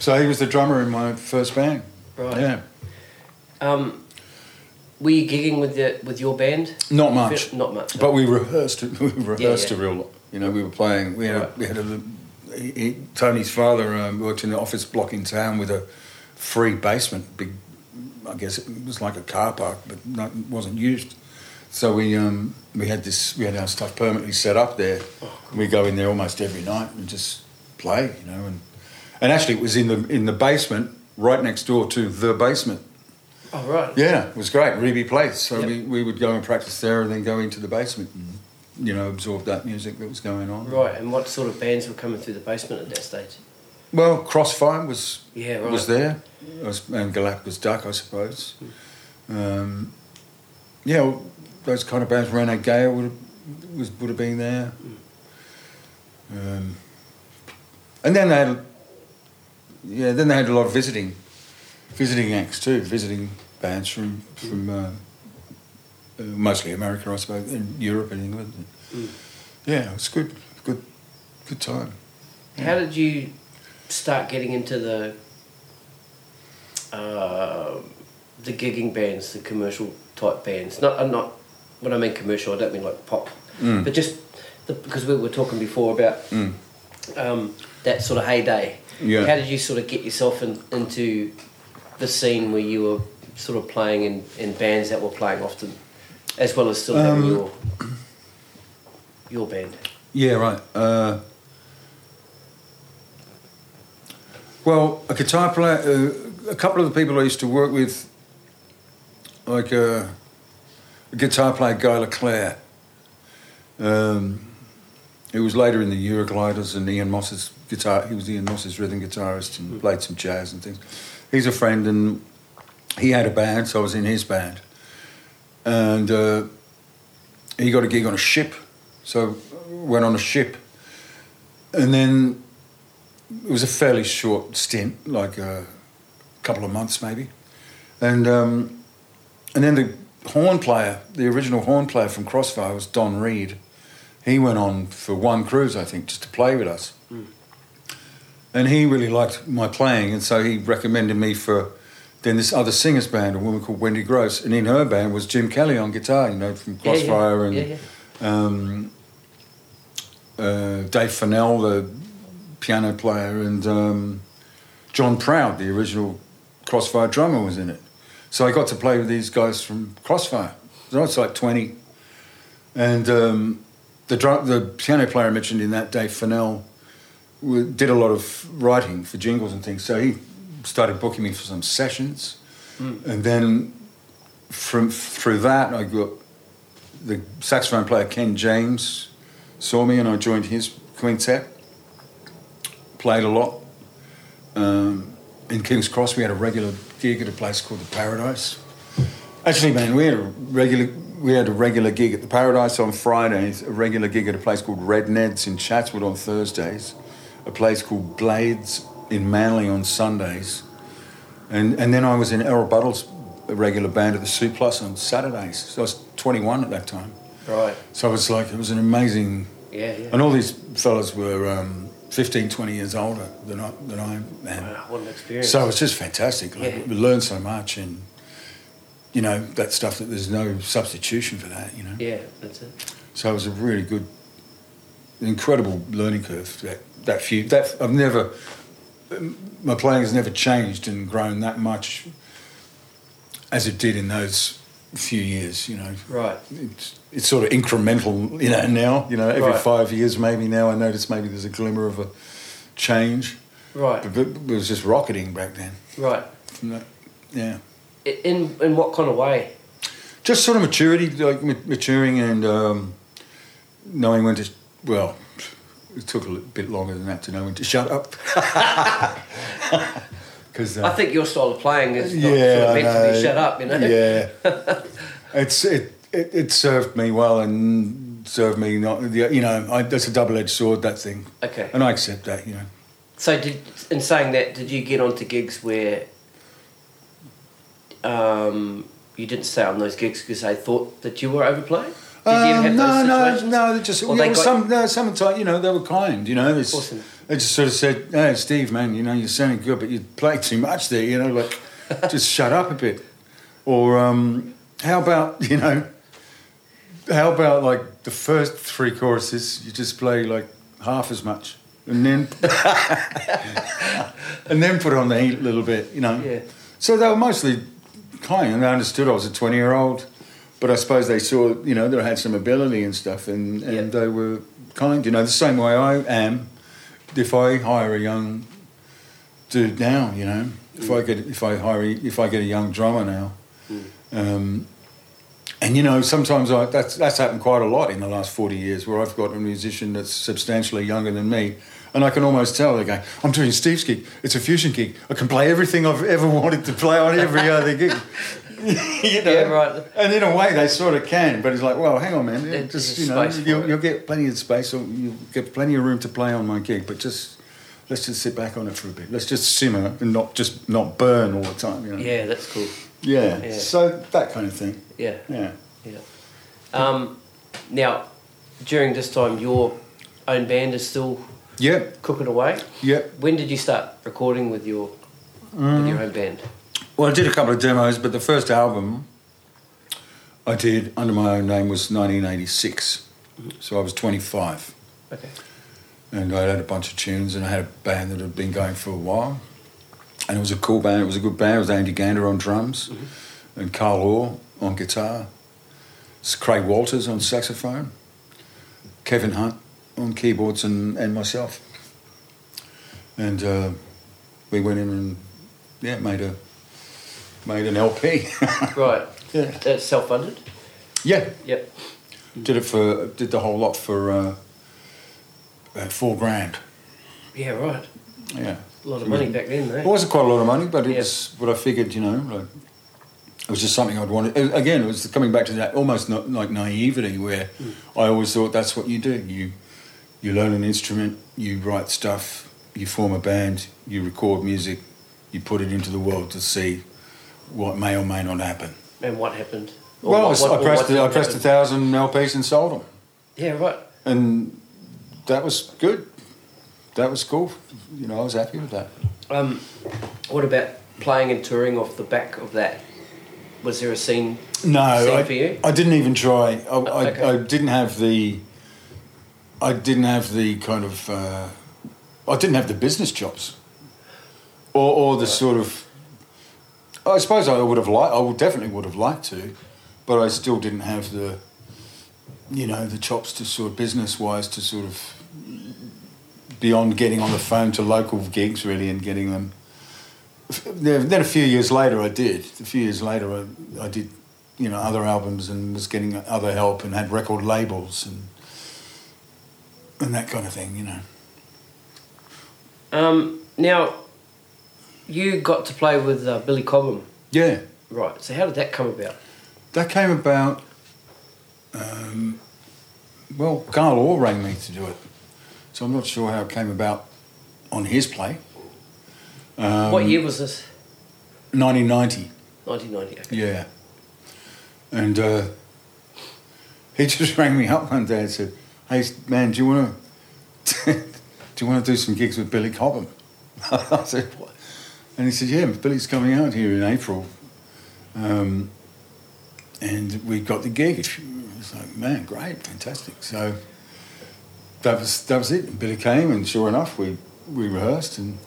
B: So he was the drummer in my first band.
C: Right.
B: Yeah.
C: Um, were you gigging with the with your band?
B: Not much.
C: Not much.
B: But we rehearsed. We rehearsed
C: yeah.
B: a real lot. You know, we were playing. We had, a,
C: Right.
B: we had a, li- he, he- Tony's father um, worked in the office block in town with a free basement. Big, I guess it was like a car park, but not, wasn't used. So we um, we had this. We had our stuff permanently set up there.
C: Oh,
B: we go in there almost every night and just play. You know, and and actually it was in the in the basement right next door to the basement.
C: oh, right.
B: Yeah, it was great, Ruby Place. So
C: Yep.
B: we, we would go and practice there and then go into the basement and, you know, absorb that music that was going on.
C: Right. And what sort of bands were coming through the basement at that stage?
B: Well, Crossfire was
C: Yeah, right.
B: was there, I was- and Galapagos Duck, I suppose. Um, yeah, well, those kind of bands, Renee Gale would have, was, would have been there. Um, and then they had, yeah, then they had a lot of visiting, visiting acts too, visiting bands from from uh, uh, mostly America, I suppose, and Europe and England.
C: Mm.
B: Yeah, it was good, good, good time.
C: How did you start getting into the uh, the gigging bands, the commercial type bands? Not, I'm not when I mean commercial, I don't mean like pop,
B: Mm.
C: but just the, because we were talking before about um, that sort of heyday.
B: Yeah.
C: How did you sort of get yourself in, into the scene where you were sort of playing in, in bands that were playing often, as well as still
B: Um,
C: having your your band?
B: Yeah, right. Uh, well, a guitar player, uh, a couple of the people I used to work with, like uh, a guitar player, Guy Leclaire, um, who was later in the Eurogliders and Ian Moss's guitar, he was Ian Moss's rhythm guitarist and played some jazz and things. He's a friend and he had a band, so I was in his band. And uh, he got a gig on a ship, so went on a ship, and then it was a fairly short stint, like a couple of months maybe, and um, and then the horn player, the original horn player from Crossfire was Don Reed. He went on for one cruise, I think, just to play with us,
C: Hmm.
B: and he really liked my playing, and so he recommended me for. Then this other singer's band, a woman called Wendy Gross, and in her band was Jim Kelly on guitar, you know, from
C: Yeah, yeah.
B: Crossfire and
C: yeah, yeah.
B: um, uh, Dave Fennell, the piano player, and um, John Proud, the original Crossfire drummer, was in it. So I got to play with these guys from Crossfire. So I was like 20. And um, the, drum, the piano player I mentioned in that, Dave Fennell, w- did a lot of writing for jingles and things. So he started booking me for some sessions. And then from through that, I got the saxophone player Ken James saw me and I joined his quintet. Played a lot. Um, in King's Cross, we had a regular gig at a place called the Paradise. Actually, man, we had a regular we had a regular gig at the Paradise on Fridays, a regular gig at a place called Red Ned's in Chatswood on Thursdays, a place called Blades in Manly on Sundays, and and then I was in Errol Buttle's regular band at the Surplus on Saturdays. So I was 21 at that time.
C: Right.
B: So it was like it was an amazing,
C: Yeah. Yeah.
B: and all these fellas were um, 15, 20 years older than I than I am.
C: Wow, what an experience.
B: So it's just fantastic. Like,
C: Yeah.
B: We learn so much, and you know that stuff that there's no substitution for that. You know,
C: yeah, that's it.
B: so it was a really good, an incredible learning curve. That that few that I've never my playing has never changed and grown that much as it did in those few years. You know,
A: Right.
B: it's it's sort of incremental. You know, now you know every
A: Right.
B: five years maybe now I notice maybe there's a glimmer of a change.
A: Right.
B: But, but it was just rocketing back then.
A: Right.
B: From that, yeah.
A: I- In in what kind of way?
B: just sort of maturity, like ma- maturing and um, knowing when to. Well, it took a li- bit longer than that to know when to shut up. uh, Because
A: I think your style of playing is not sort
B: yeah,
A: of meant
B: I
A: to be
B: know.
A: shut up, you know.
B: Yeah, it's it, it it served me well and served me not. You know, I, that's a double-edged sword. That thing,
A: Okay.
B: and I accept that. You know.
A: So, did in saying that, did you get onto gigs where um, you didn't stay on those gigs because they thought that you were overplaying? Did you ever
B: Um,
A: have
B: no,
A: those
B: no,
A: situations?
B: no. They just
A: Or
B: yeah,
A: they
B: well,
A: got-
B: some no, sometimes you know they were kind. You know, it's,
A: Awesome.
B: they just sort of said, "Hey, Steve, man, you know you're sounding good, but you play too much there. You know, like just shut up a bit." Or um, how about you know, how about like the first three choruses you just play like half as much, and then and then put on the heat a little bit. You know.
A: Yeah.
B: So they were mostly kind, and they understood I was a twenty-year-old. But I suppose they saw, you know, that I had some ability and stuff, and, and
A: Yeah.
B: they were kind. You know, the same way I am. If I hire a young dude now, you know, if I get if I hire if I get a young drummer now, um, and you know, sometimes I, that's that's happened quite a lot in the last forty years, where I've got a musician that's substantially younger than me, and I can almost tell they go, "I'm doing Steve's gig. It's a fusion gig. I can play everything I've ever wanted to play on every other gig." you know,
A: Yeah, right.
B: And in a way, they sort of can, but it's like, well, hang on, man.
A: There's
B: just
A: a
B: you know,
A: space for
B: you'll,
A: it.
B: you'll get plenty of space, or you'll get plenty of room to play on my gig, but just. Let's just sit back on it for a bit. Let's just simmer and not just not burn all the time. You know?
A: Yeah, that's cool.
B: Yeah.
A: Yeah.
B: So that kind of thing.
A: Yeah,
B: Yeah.
A: yeah. Um, now, during this time, your own band is still
B: Yep.
A: cooking away.
B: Yep.
A: When did you start recording with your with your own band?
B: Mm. Well, I did a couple of demos, but the first album I did under my own name was 1986. So I was 25,
A: Okay.
B: and I had a bunch of tunes, and I had a band that had been going for a while, and it was a cool band. It was a good band. It was Andy Gander on drums, and Carl Orr on guitar, s- Craig Walters on saxophone, Kevin Hunt on keyboards, and, and myself. And uh, we went in and yeah, made a made an LP.
A: Right.
B: Yeah.
A: That's self funded.
B: yeah,
A: Yep.
B: did it for did the whole lot for uh, about four grand.
A: Yeah. Right.
B: Yeah,
A: A lot of money back then,
B: It
A: though.
B: wasn't quite a lot of money, but it
A: Yeah.
B: was what I figured. You know, like it was just something I'd wanted. it- Again, it was coming back to that almost na- like naivety, where I always thought that's what you do. You you learn an instrument, you write stuff, you form a band, you record music, you put it into the world to see what may or may not happen.
A: And what happened? Or
B: Well,
A: what-
B: I
A: what- or
B: pressed
A: what
B: the- I
A: didn't
B: pressed a
A: happen?
B: thousand LPs and sold them.
A: Yeah. Right.
B: and that was good. That was cool. You know, I was happy with that.
A: Um, what about playing and touring off the back of that? Was there a scene?
B: No,
A: Same
B: I,
A: for you?
B: I didn't even try. I, I,
A: okay.
B: I didn't have the. I didn't have the kind of. Uh, I didn't have the business jobs, or or the sort of. I suppose I would have liked. I would definitely would have liked to, but I still didn't have the. You know the chops to sort of business wise to sort of. Beyond getting on the phone to local gigs really and getting them then then a few years later I did. A few years later I, I did, you know, other albums and was getting other help and had record labels and and that kind of thing, you know.
A: Um, now, you got to play with uh, Billy Cobham,
B: Yeah,
A: right? So how did that come about?
B: that came about. Um, well, Carl Orr rang me to do it, so I'm not sure how it came about on his play. Um,
A: what year was this?
B: 1990.
A: 1990. Okay.
B: Yeah. And uh, he just rang me up one day and said, "Hey man, do you want to do you want to do some gigs with Billy Cobham?" I said, "What?" And he said, "Yeah, Billy's coming out here in April, um, and we got the gig." It's like, man, great, fantastic. So that was that was it. Billy came, and sure enough, we we rehearsed and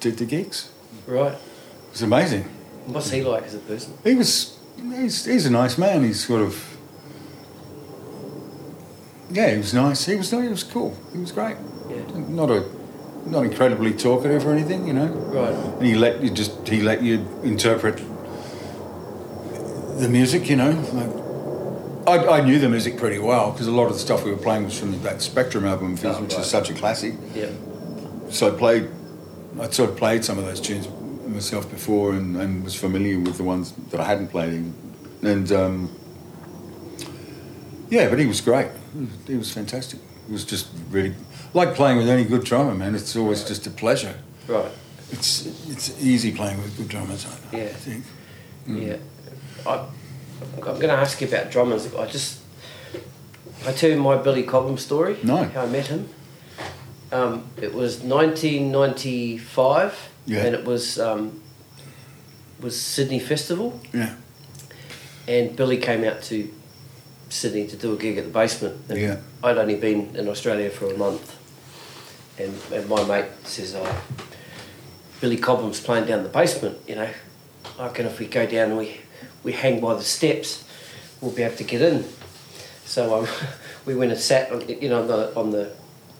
B: did the gigs.
A: Right.
B: It was amazing.
A: What's he like as a person?
B: He was he's he's a nice man. He's sort of yeah, he was nice. He was he was cool. He was great.
A: Yeah.
B: Not a not incredibly talkative or anything, you know.
A: Right.
B: And he let you just he let you interpret the music, you know. Like, I, I knew the music pretty well because a lot of the stuff we were playing was from that Spectrum album of his,
A: Oh,
B: which
A: right.
B: is such a classic.
A: Yeah.
B: So I played, I'd sort of played some of those tunes myself before and, and was familiar with the ones that I hadn't played. And um, yeah, but he was great. He was fantastic. It was just really like playing with any good drummer, man. It's always just a pleasure.
A: Right.
B: It's it's easy playing with good drummers. I, I
A: Yeah.
B: think. Mm.
A: Yeah. I, I'm going to ask you about drummers. I just. I tell you my Billy Cobham story.
B: No.
A: How I met him. Um, it was 1995,
B: Yeah.
A: and it was um, was Sydney Festival,
B: Yeah.
A: and Billy came out to Sydney to do a gig at the basement. And
B: Yeah.
A: I'd only been in Australia for a month, and, and my mate says, "Oh, Billy Cobham's playing down the basement. You know, I reckon if we go down and we we hang by the steps, we'll be able to get in." So um, we went and sat, on- you know, on the on the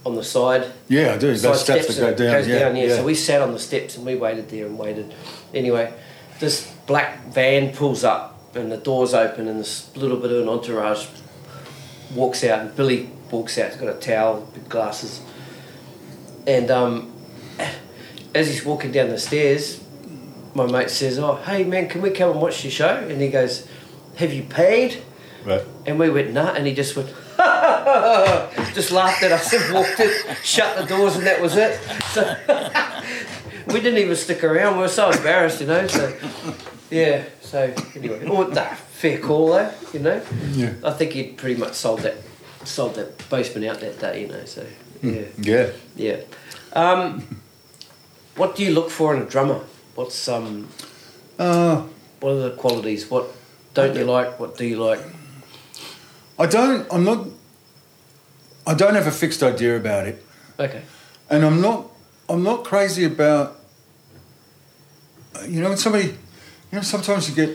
A: on the side
B: Yeah, I do.
A: side
B: Those steps that go
A: and it
B: down.
A: goes
B: yeah,
A: down, yeah. So we sat on the steps and we waited there and waited. Anyway, this black van pulls up and the doors open and this little bit of an entourage walks out and Billy walks out. He's got a towel, big glasses, and um, as he's walking down the stairs, my mate says, "Oh, hey man, can we come and watch your show?" And he goes, "Have you paid?"
B: Right.
A: And we went, nah, and he just went, just laughed at us and walked in, shut the doors, and that was it. So we didn't even stick around. We were so embarrassed, you know. So yeah. So anyway, oh, nah, fair call though, you know.
B: Yeah.
A: I think he'd pretty much sold that, sold that basement out that day, you know. So
B: Hmm.
A: yeah,
B: Yeah.
A: yeah. Um, what do you look for in a drummer? What's um,
B: Uh,
A: what are the qualities? What don't you like? What do you like?
B: I don't. I'm not. I don't have a fixed idea about it.
A: Okay.
B: and I'm not I'm not crazy about you know when somebody you know sometimes you get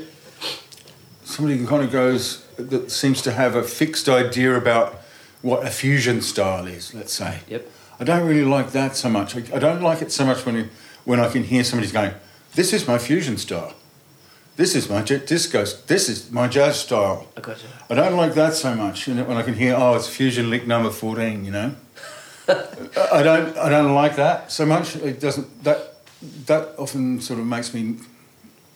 B: somebody who kind of goes that seems to have a fixed idea about what a fusion style is let's say
A: Yep.
B: I don't really like that so much I, I don't like it so much when you, when I can hear somebody's going this is my fusion style this is my j- disco this is my jazz style
A: I got you.
B: I don't like that so much. You know, when I can hear, oh, it's Fusion Lick number fourteen, you know. I I don't, I don't like that so much. It doesn't. That that often sort of makes me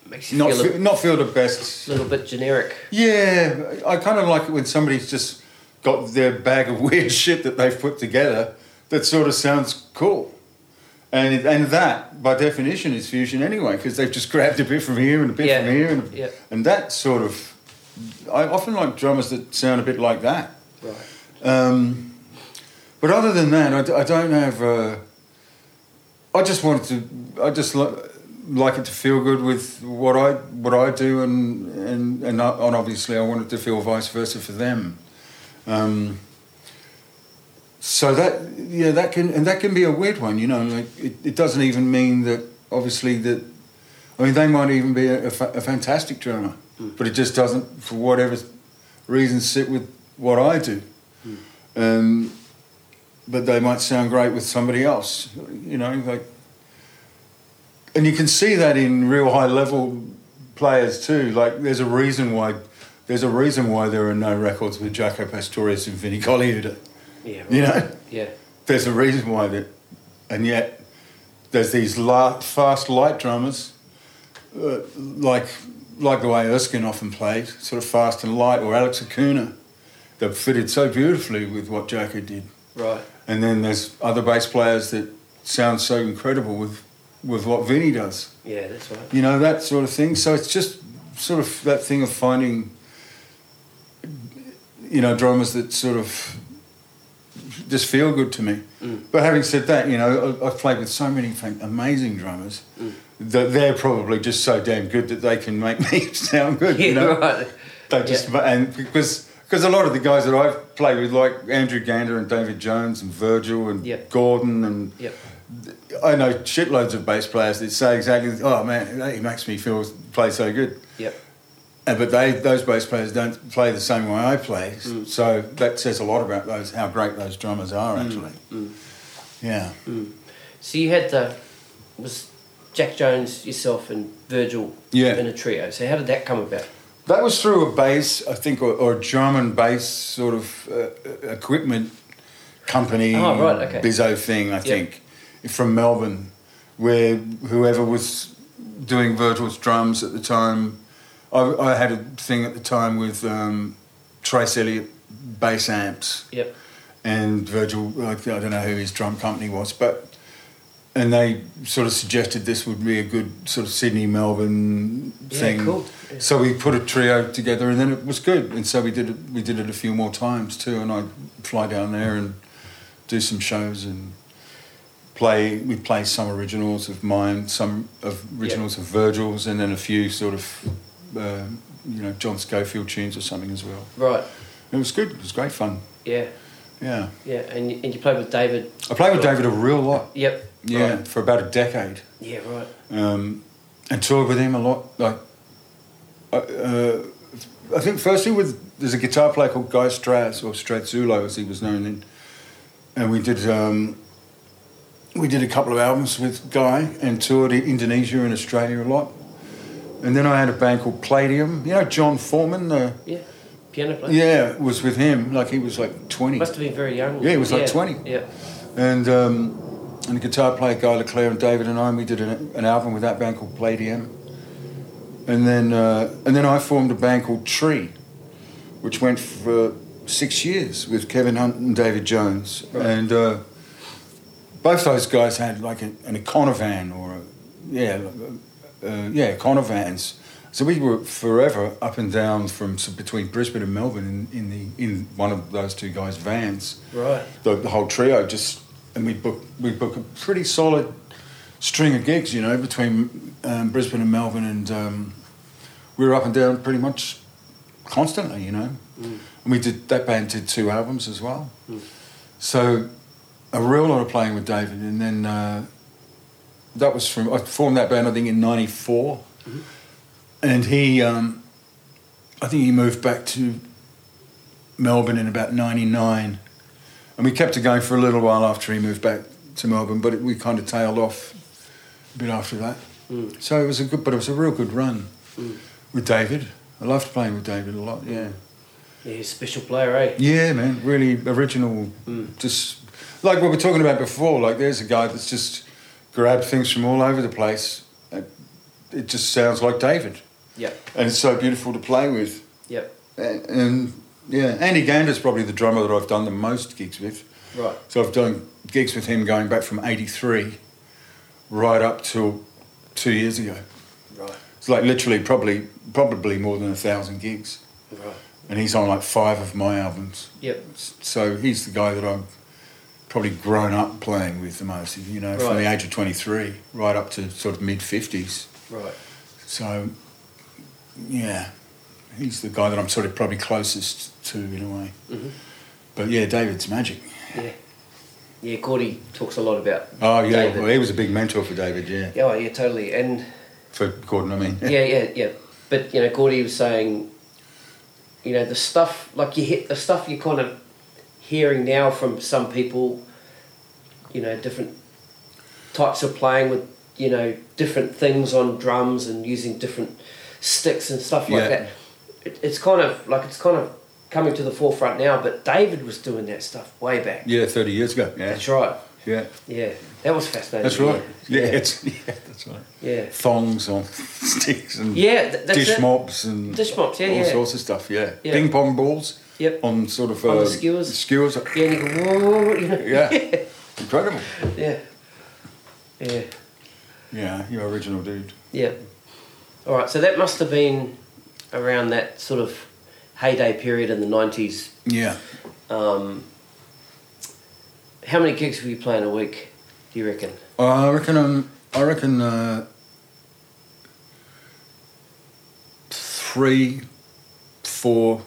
A: Makes you
B: not
A: feel a-
B: feel, not feel the best.
A: little bit generic.
B: Yeah, I kind of like it when somebody's just got their bag of weird shit that they've put together that sort of sounds cool. And, and that, by definition, is fusion anyway, because they've just grabbed a bit from here and a bit
A: Yeah,
B: from here. And,
A: yeah.
B: and that sort of. I often like drummers that sound a bit like that.
A: Right.
B: Um, but other than that, I, d- I don't have. Uh, I just wanted to. I just li- like it to feel good with what I what I do, and and and, I, and obviously I want it to feel vice versa for them. Um, so that yeah, that can and that can be a weird one, you know. Like it, it doesn't even mean that obviously that. I mean, they might even be a, a fa- a fantastic drummer, but it just doesn't, for whatever reason, sit with what I do um, but they might sound great with somebody else, you know. Like, and you can see that in real high level players too. Like, there's a reason why there's a reason why there are no records with Jaco Pastorius and Vinnie Colaiuta.
A: Yeah. Right.
B: You know,
A: Yeah.
B: there's a reason why that, and yet there's these la- fast light drummers, uh, like like the way Erskine often played, sort of fast and light, or Alex Acuna, that fitted so beautifully with what Jaco did.
A: Right.
B: And then there's other bass players that sound so incredible with with what Vinnie does.
A: Yeah, that's right.
B: You know, that sort of thing. So it's just sort of that thing of finding you know, drummers that sort of just feel good to me. But having said that, you know, I- I've played with so many fan- amazing drummers that they're probably just so damn good that they can make me sound good.
A: Yeah,
B: you know?
A: right.
B: They just and because Because a lot of the guys that I've played with, like Andrew Gander and David Jones and Virgil and
A: Yep.
B: Gordon, and
A: Yep.
B: I know shitloads of bass players that say exactly, "Oh man, he makes me feel play so good."
A: Yep.
B: And, but they those bass players don't play the same way I play, so that says a lot about those how great those drummers are actually. Yeah,
A: So you had the was Jack Jones, yourself, and Virgil
B: Yeah.
A: in a trio. So how did that come about?
B: that was through a bass, I think, or, or a drum and bass sort of uh, equipment company,
A: Oh, right, okay.
B: bizzo thing, I think, from Melbourne, where whoever was doing Virgil's drums at the time, I, I had a thing at the time with um, Trace Elliott bass amps.
A: Yep.
B: and Virgil, like, I don't know who his drum company was, but and they sort of suggested this would be a good sort of Sydney Melbourne
A: Yeah,
B: thing.
A: cool. Yeah.
B: So we put a trio together, and then it was good. And so we did it. We did it a few more times too. And I would fly down there and do some shows and play. We play some originals of mine, some of originals of Virgil's, and then a few sort of. Uh, you know, John Schofield tunes or something as well.
A: Right.
B: It was good. It was great fun.
A: Yeah.
B: Yeah.
A: Yeah. And you- and you played with David.
B: I played with David a real lot.
A: Yep.
B: Yeah,
A: Right.
B: for about a decade,
A: Yeah. Right.
B: um, and toured with him a lot. Like, I- uh, I think firstly with there's a guitar player called Guy Straz or Strazzulo as he was known then, and we did um, we did a couple of albums with Guy and toured in Indonesia and Australia a lot. And then I had a band called Palladium. You know John Foreman, the
A: Yeah. Piano player.
B: yeah, was with him. Like he was like twenty.
A: Must have been very young.
B: Yeah, he was like 20.
A: Yeah.
B: and um, and a guitar player Guy Leclerc and David and I and we did an, an album with that band called Palladium and then uh, and then I formed a band called Tree which went for six years with Kevin Hunt and David Jones and uh, both those guys had like a, an Econovan or a, yeah uh, yeah Econovans so we were forever up and down from s- between Brisbane and Melbourne in, in the in one of those two guys' vans
A: Right.
B: the, the whole trio just and we book we book a pretty solid string of gigs you know between um, Brisbane and Melbourne and um, we were up and down pretty much constantly you know and we did that band did two albums as well so a real lot of playing with David and then uh, that was from I formed that band I think in '94 and he um, I think he moved back to Melbourne in about '99 and we kept it going for a little while after he moved back to Melbourne, but it, we kind of tailed off a bit after that. So it was a good, but it was a real good run with David. I loved playing with David a lot. Yeah,
A: Yeah. He's a special player, eh?
B: yeah, man, really original. Just like we were talking about before. Like there's a guy that's just grabbed things from all over the place. Uh, It just sounds like David,
A: Yep.
B: and it's so beautiful to play with.
A: Yep.
B: And, and yeah, Andy Gander's probably the drummer that I've done the most gigs with.
A: Right.
B: So I've done gigs with him going back from '83 right up till two years ago.
A: Right.
B: It's like literally probably probably more than a thousand gigs,
A: Right.
B: and he's on like five of my albums.
A: Yep.
B: So he's the guy that I'm probably grown up playing with the most. You know, from
A: Right.
B: the age of 23 right up to sort of mid 50s.
A: Right.
B: So yeah, he's the guy that I'm sort of probably closest to in a way.
A: Mm-hmm.
B: But yeah, David's magic.
A: Yeah. Yeah. Gordy talks a lot about.
B: Oh yeah,
A: David.
B: well, he was a big mentor for David. Yeah,
A: Yeah, oh, yeah, totally. And
B: for Gordon. I mean,
A: yeah, yeah, yeah. But you know, Gordy was saying, you know, the stuff like you hit the stuff you're kind of hearing now from some people, you know, different types of playing with you know different things on drums and using different sticks and stuff like
B: Yeah.
A: that. It, it's kind of like it's kind of coming to the forefront now. But David was doing that stuff way back.
B: yeah, thirty years ago. Yeah,
A: That's right.
B: yeah,
A: Yeah, that was fascinating.
B: that's right. Yeah,
A: Yeah.
B: it's yeah, that's right.
A: Yeah.
B: Thongs on sticks and
A: Yeah, th- that's
B: Mm. dish
A: it.
B: mops and
A: Dish mops, yeah,
B: all
A: yeah.
B: sorts of stuff. Yeah.
A: Yeah.
B: ping pong balls.
A: Yep.
B: on sort of uh,
A: On the skewers.
B: Skewers.
A: Yeah, and you go, whoa, whoa, whoa, you know.
B: Yeah, incredible.
A: Yeah. Yeah.
B: Yeah, you're original dude.
A: Yeah. All right. So that must have been around that sort of heyday period in the nineties.
B: Yeah,
A: Um, how many gigs were you playing a week? Do you reckon?
B: I reckon. Um, I reckon. Uh, three, four,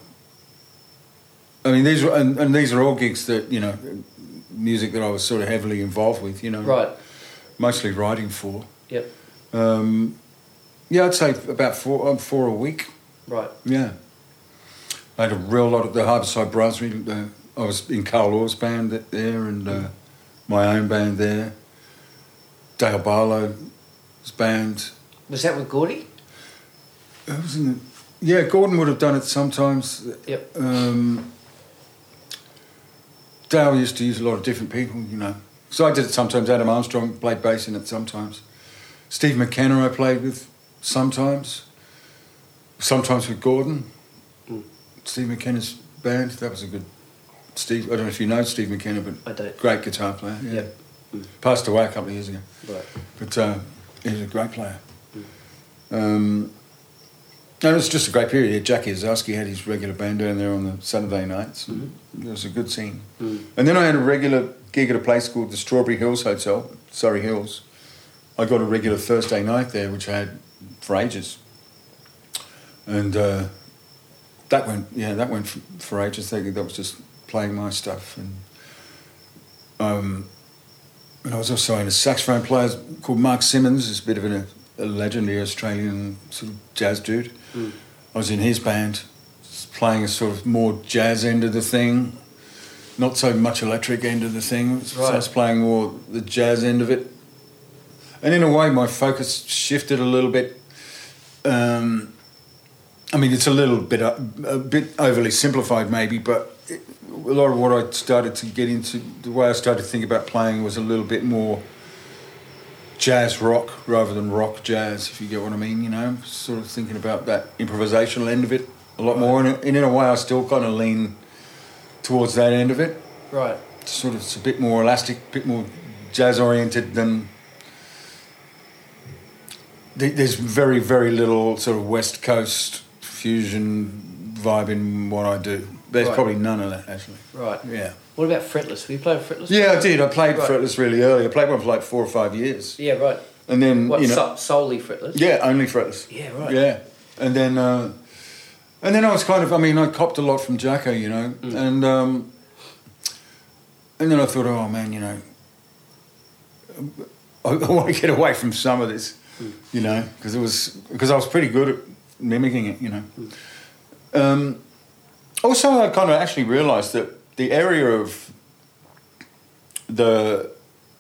B: I mean, these were, and, and these are all gigs that you know, music that I was sort of heavily involved with. You know,
C: Right.
B: mostly writing for.
C: Yep.
B: Um, yeah, I'd say about four um, four a week.
C: Right.
B: Yeah, I had a real lot of the Harborside Brasserie. Uh, I was in Carl Orr's band th- there, and uh, my own band there. Dale Barlow's band.
C: Was that with Gordy?
B: Who was in it? Yeah, Gordon would have done it sometimes.
C: Yep.
B: Um, Dale used to use a lot of different people, you know. So I did it sometimes. Adam Armstrong played bass in it sometimes. Steve McKenna I played with sometimes. Sometimes with Gordon. Steve McKenna's band. That was a good. Steve, I don't know if you know Steve McKenna, but
C: I don't.
B: great guitar player. Yeah.
C: Yep.
B: Passed away a couple of years ago.
C: Right.
B: But uh, he was a great player. Um, no, it was just a great period. Yeah, Jackie Ozarski had his regular band down there on the Saturday nights. and It was a good scene. And then I had a regular gig at a place called the Strawberry Hills Hotel, Surrey Hills. I got a regular Thursday night there, which I had for ages. And uh, that went, yeah, that went for, for ages. That, that was just playing my stuff. And um, and I was also in a saxophone player called Mark Simmons, who's a bit of an, a legendary Australian sort of jazz dude. I was in his band, playing a sort of more jazz end of the thing, not so much electric end of the thing. So I was
C: Right.
B: playing more the jazz end of it. And in a way, my focus shifted a little bit. Um, I mean, it's a little bit a, a bit overly simplified, maybe, but it, a lot of what I started to get into, the way I started to think about playing, was a little bit more jazz rock rather than rock jazz, if you get what I mean. You know, sort of thinking about that improvisational end of it a lot more, and, and in a way, I still kind of lean towards that end of it.
C: Right.
B: Sort of, it's a bit more elastic, a bit more jazz oriented than. There- There's very, very little sort of West Coast fusion vibe in what I do. There's
C: Right.
B: probably none of that actually.
C: Right.
B: Yeah.
C: What about fretless? Were you playing fretless?
B: Yeah, I did. I played
C: Right.
B: fretless really early. I played one for like four or five years,
C: Yeah. Right.
B: and then
C: What
B: Mm, you know,
C: so- solely fretless?
B: yeah, only fretless.
C: Yeah, right.
B: Yeah, and then uh, and then I was kind of. I mean, I copped a lot from Jacko, you know,
C: Mm.
B: and um, and then I thought, oh man, you know, I, I want to get away from some of this,
C: Mm.
B: you know, because it was because I was pretty good at mimicking it, you know.
C: Mm.
B: Um, also, I kind of actually realised that the area of the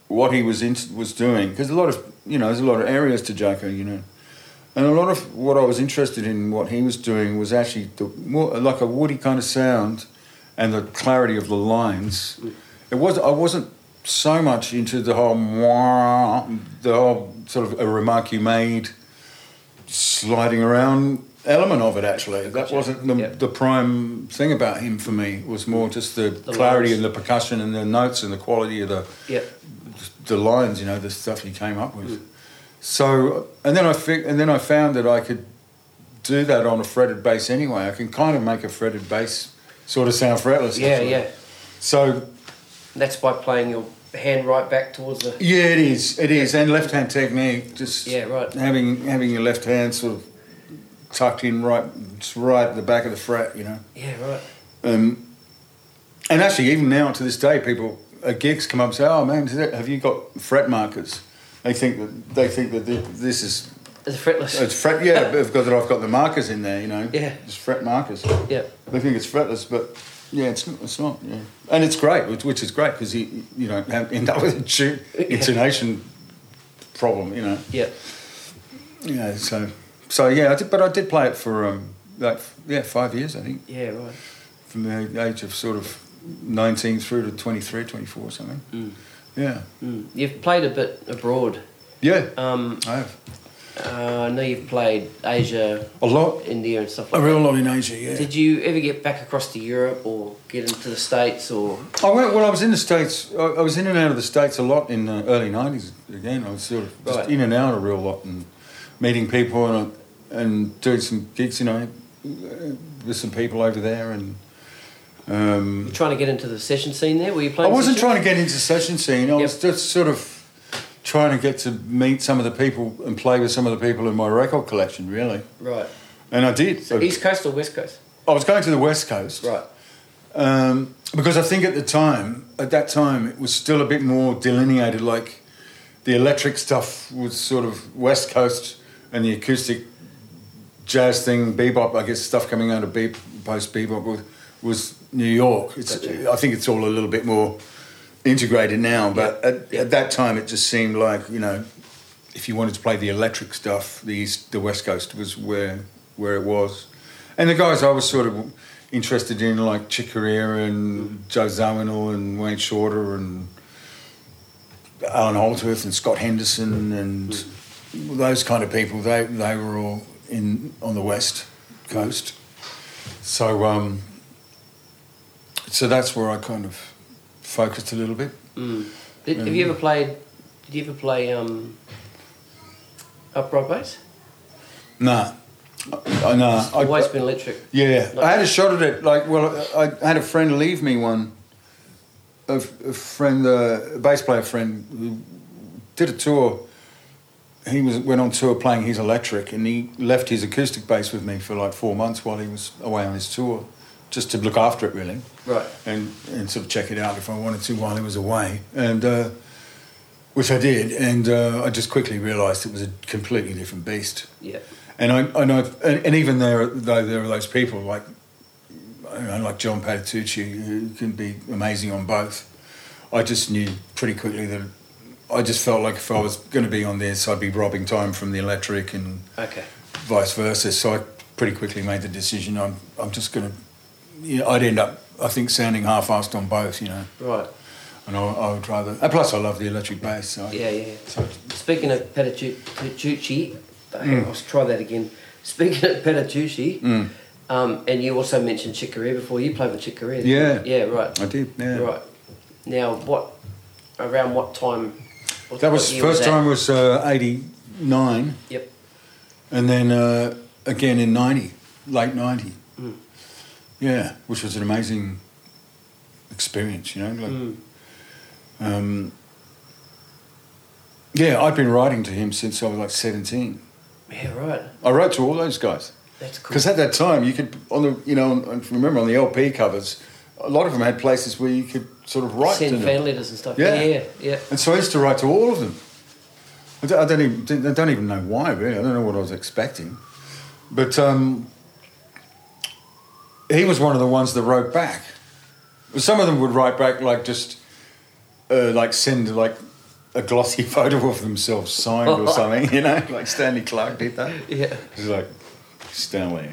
B: what he was in, was doing because a lot of you know there's a lot of areas to Jacko, you know. And a lot of what I was interested in, what he was doing, was actually the more like a woody kind of sound, and the clarity of the lines. It was I wasn't so much into the whole wah, the whole sort of a remark you made, sliding around element of it. Actually, that
C: Gotcha.
B: wasn't the,
C: Yep.
B: the prime thing about him for me. It was more just the,
C: The
B: clarity and
C: lines.
B: the percussion and the notes and the quality of the
C: Yeah.
B: the lines, you know, the stuff he came up with. So, and then I fi- and then I found that I could do that on a fretted bass anyway. I can kind of make a fretted bass sort of sound fretless.
C: Yeah.
B: actually.
C: yeah.
B: So
C: That's by playing your hand right back towards the.
B: yeah, it is. It is, and left hand technique. Just
C: Yeah, right.
B: Having having your left hand sort of tucked in right, it's right at the back of the fret, you know.
C: Yeah. Right.
B: Um, and actually, even now to this day, people at gigs come up and say, "Oh man, is that- have you got fret markers?" They think that they think that thi- this is
C: The fretless.
B: it's fret. Yeah, but because I've got the markers in there, you know.
C: Yeah.
B: it's fret markers.
C: yeah.
B: They think it's fretless, but yeah, it's not. It's not. Yeah, and it's great, which, which is great because you you know have- end up with a tune intonation problem, you know.
C: Yeah.
B: Yeah, so so yeah, I did, but I did play it for um like yeah five years I think
C: Yeah. Right.
B: from the age of sort of 19 through to 23, 24 or something.
C: Hmm.
B: Yeah.
C: Mm. You've played a bit abroad.
B: Yeah,
C: Um,
B: I have.
C: uh, I know you've played Asia,
B: A lot.
C: India, and stuff like
B: A real lot in Asia, yeah.
C: that. Did you ever get back across to Europe or get into the States or.
B: I went, well, I was in the States, I, I was in and out of the States a lot in the early 90s again. I was sort of just
C: Right.
B: in and out a real lot and meeting people and, uh, and doing some gigs, you know, uh, with some people over there and. Um,
C: You're trying to get into the session scene there? Were you
B: I
C: playing?
B: wasn't
C: session?
B: trying to get into session scene. I was
C: Yep.
B: just sort of trying to get to meet some of the people and play with some of the people in my record collection, really.
C: Right.
B: And I did.
C: So East Coast or West Coast?
B: I was going to the West Coast,
C: Right.
B: Um, because I think at the time, at that time, it was still a bit more delineated. Like the electric stuff was sort of West Coast, and the acoustic jazz thing, bebop, I guess stuff coming out of be- post bebop was, was New York. It's, I think it's all a little bit more integrated now, but at, at that time it just seemed like you know, if you wanted to play the electric stuff, the East, the West Coast was where where it was, and the guys I was sort of interested in like Chick Corea and Joe Zawinul and Wayne Shorter and Alan Holdsworth and Scott Henderson and those kind of people. They they were all in on the west coast, so um, so that's where I kind of focused a little bit.
C: Did, Have you ever played? Did you ever play um, upright bass?
B: Nah, I know. I,
C: Always been electric.
B: Yeah,
C: Like-
B: I had a shot at it. Like, well, I I had a friend leave me one. A, f- a friend, uh, a bass player friend, who did a tour. He was went on tour playing his electric, and he left his acoustic bass with me for like four months while he was away on his tour, just to look after it really,
C: Right.
B: and and sort of check it out if I wanted to while he was away, and uh, which I did, and uh, I just quickly realised it was a completely different beast.
C: Yeah.
B: And I, I know, and, and even there, though there are those people like, I don't know, like John Patitucci who can be amazing on both. I just knew pretty quickly that I just felt like if I was going to be on this, I'd be robbing time from the electric and
C: Okay.
B: vice versa. So I pretty quickly made the decision. I'm, I'm just going to. Yeah, I'd end up, I think, sounding half-assed on both, you know.
C: Right.
B: And I, I would rather. And plus, I love the electric bass. So I-
C: Yeah, yeah. yeah.
B: So
C: Speaking of Petitucci,
B: Mm.
C: I will try that again. Speaking of Petitucci, um, and you also mentioned Chicory before. You played with Chicory.
B: Yeah.
C: Yeah. Right.
B: I did. Yeah.
C: Right. Now, what? Around what time? What,
B: That
C: what
B: was
C: year
B: first
C: that?
B: time was uh, '89.
C: Yep.
B: and then uh, again in 90 late 90
C: Mm.
B: yeah which was an amazing experience you know like,
C: Mm.
B: um, yeah i'd been writing to him since i was like 17
C: Yeah. Right.
B: i wrote to all those guys
C: That's cool.
B: because at that time you could on the you know on, if you remember on the lp covers a lot of them had places where you could sort of write to
C: Send
B: them
C: fan letters and stuff.
B: Yeah.
C: Yeah. Yeah.
B: and so I used to write to all of them. I don't, I don't even I don't even know why really. I don't know what I was expecting, but um, he was one of the ones that wrote back. Some of them would write back like just uh, like send like a glossy photo of themselves signed or something, you know, like Stanley Clark did that.
C: Yeah.
B: He's like, Stanley.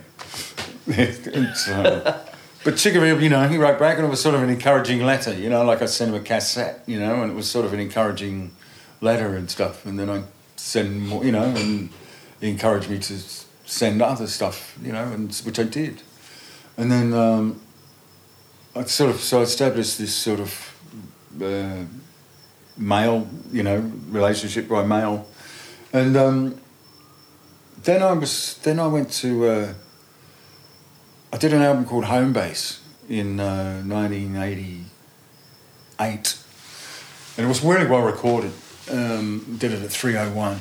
B: So- but Chickering, you know, he wrote back and it was sort of an encouraging letter, you know, like I sent him a cassette, you know, and it was sort of an encouraging letter and stuff. And then I send more, you know, and he encouraged me to s- send other stuff, you know, and s- which I did. And then um, I sort of, so I established this sort of uh, mail, you know, relationship by mail. And, um, then I was then I went to uh, I did an album called Home Base in uh, 1988 and it was really well recorded um, did it at 301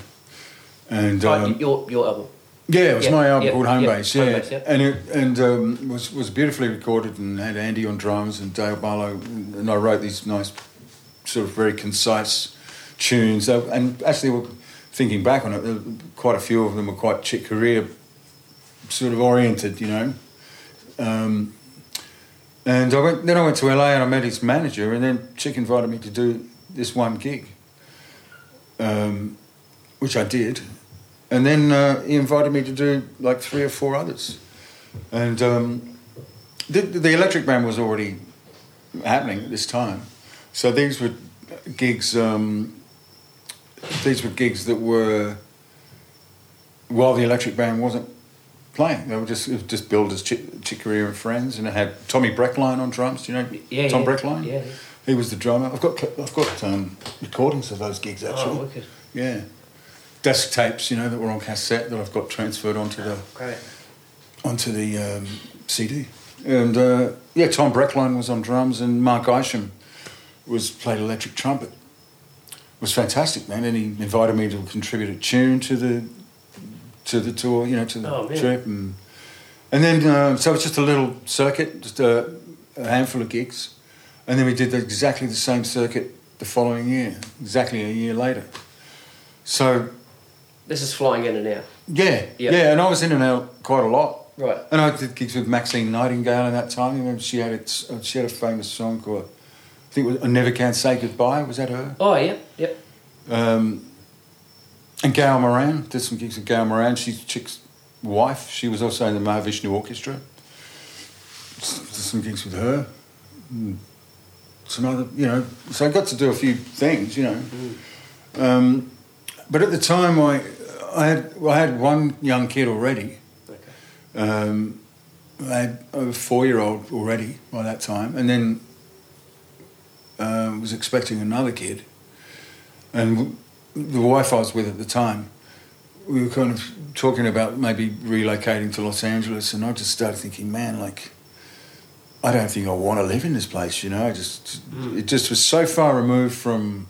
B: and
C: Right,
B: um,
C: your your album.
B: yeah, it was
C: Yeah,
B: my album
C: yeah,
B: called Home
C: yeah,
B: Base. Yeah,
C: Home Base, yeah.
B: and it and um, was was beautifully recorded and had Andy on drums and Dale Barlow and I wrote these nice, sort of very concise tunes. They- And actually, well, thinking back on it, there were quite a few of them were quite Chick Corea sort of oriented, you know. Um, and I went then I went to LA and I met his manager, and then Chick invited me to do this one gig. Um, which I did, and then uh, he invited me to do like three or four others. And um, the, the Electric Band was already happening at this time, so these were gigs. Um, these were gigs that were while the Electric Band wasn't playing. They were just it was just billed as Chick, Chick Corea and Friends, and it had Tommy Breckline on drums. Do you know
C: Yeah.
B: Tom
C: yeah.
B: Breckline?
C: Yeah. yeah.
B: He was the drummer. I've got cl- I've got um, recordings of those gigs actually.
C: Oh, wicked.
B: Yeah. Disc tapes, you know, that were on cassette that I've got transferred onto the
C: Great.
B: onto the um, CD. And uh, yeah, Tom Breckline was on drums, and Mark Isham was played electric trumpet. It was fantastic, man. And he invited me to contribute a tune to the to the tour, you know, to the
C: Oh, really?
B: trip, and and then uh, so it's just a little circuit, just a a handful of gigs, and then we did exactly the same circuit the following year, exactly a year later. So
C: This is flying in and out.
B: yeah,
C: Yeah.
B: yeah, and I was in and out quite a lot.
C: Right.
B: And I did gigs with Maxine Nightingale at that time. You remember she had it, she had a famous song called I think it was I Never Can Say Goodbye. Was that her?
C: Oh, yeah, yep.
B: Um, and Gail Moran did some gigs with Gail Moran. She's Chick's wife. She was also in the Mahavishnu Orchestra. S- Did some gigs with her. Mm. Some other, you know. So I got to do a few things, you know. Um, but at the time, I, I had well, I had one young kid already.
C: Okay.
B: Um, I had a four-year-old already by that time, and then um, was expecting another kid and w- the wife I was with at the time, we were kind of talking about maybe relocating to Los Angeles, and I just started thinking, man, like, I don't think I want to live in this place, you know. I just it just was so far removed from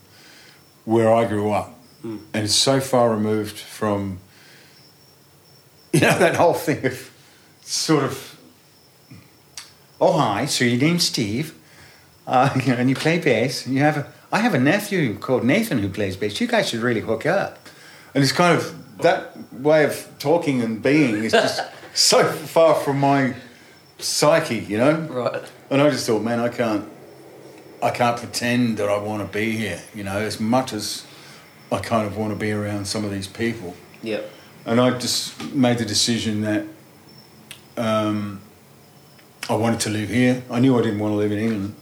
B: where I grew up, and it's so far removed from you know that whole thing of sort of oh hi, so your name's Steve, uh, you know, and you play bass, and you have a. I have a nephew called Nathan who plays bass. You guys should really hook up. And it's kind of that way of talking and being is just so far from my psyche, you know.
C: Right.
B: And I just thought, man, I can't, I can't pretend that I want to be here, you know, as much as I kind of want to be around some of these people.
C: Yep.
B: And I just made the decision that um, I wanted to live here. I knew I didn't want to live in England.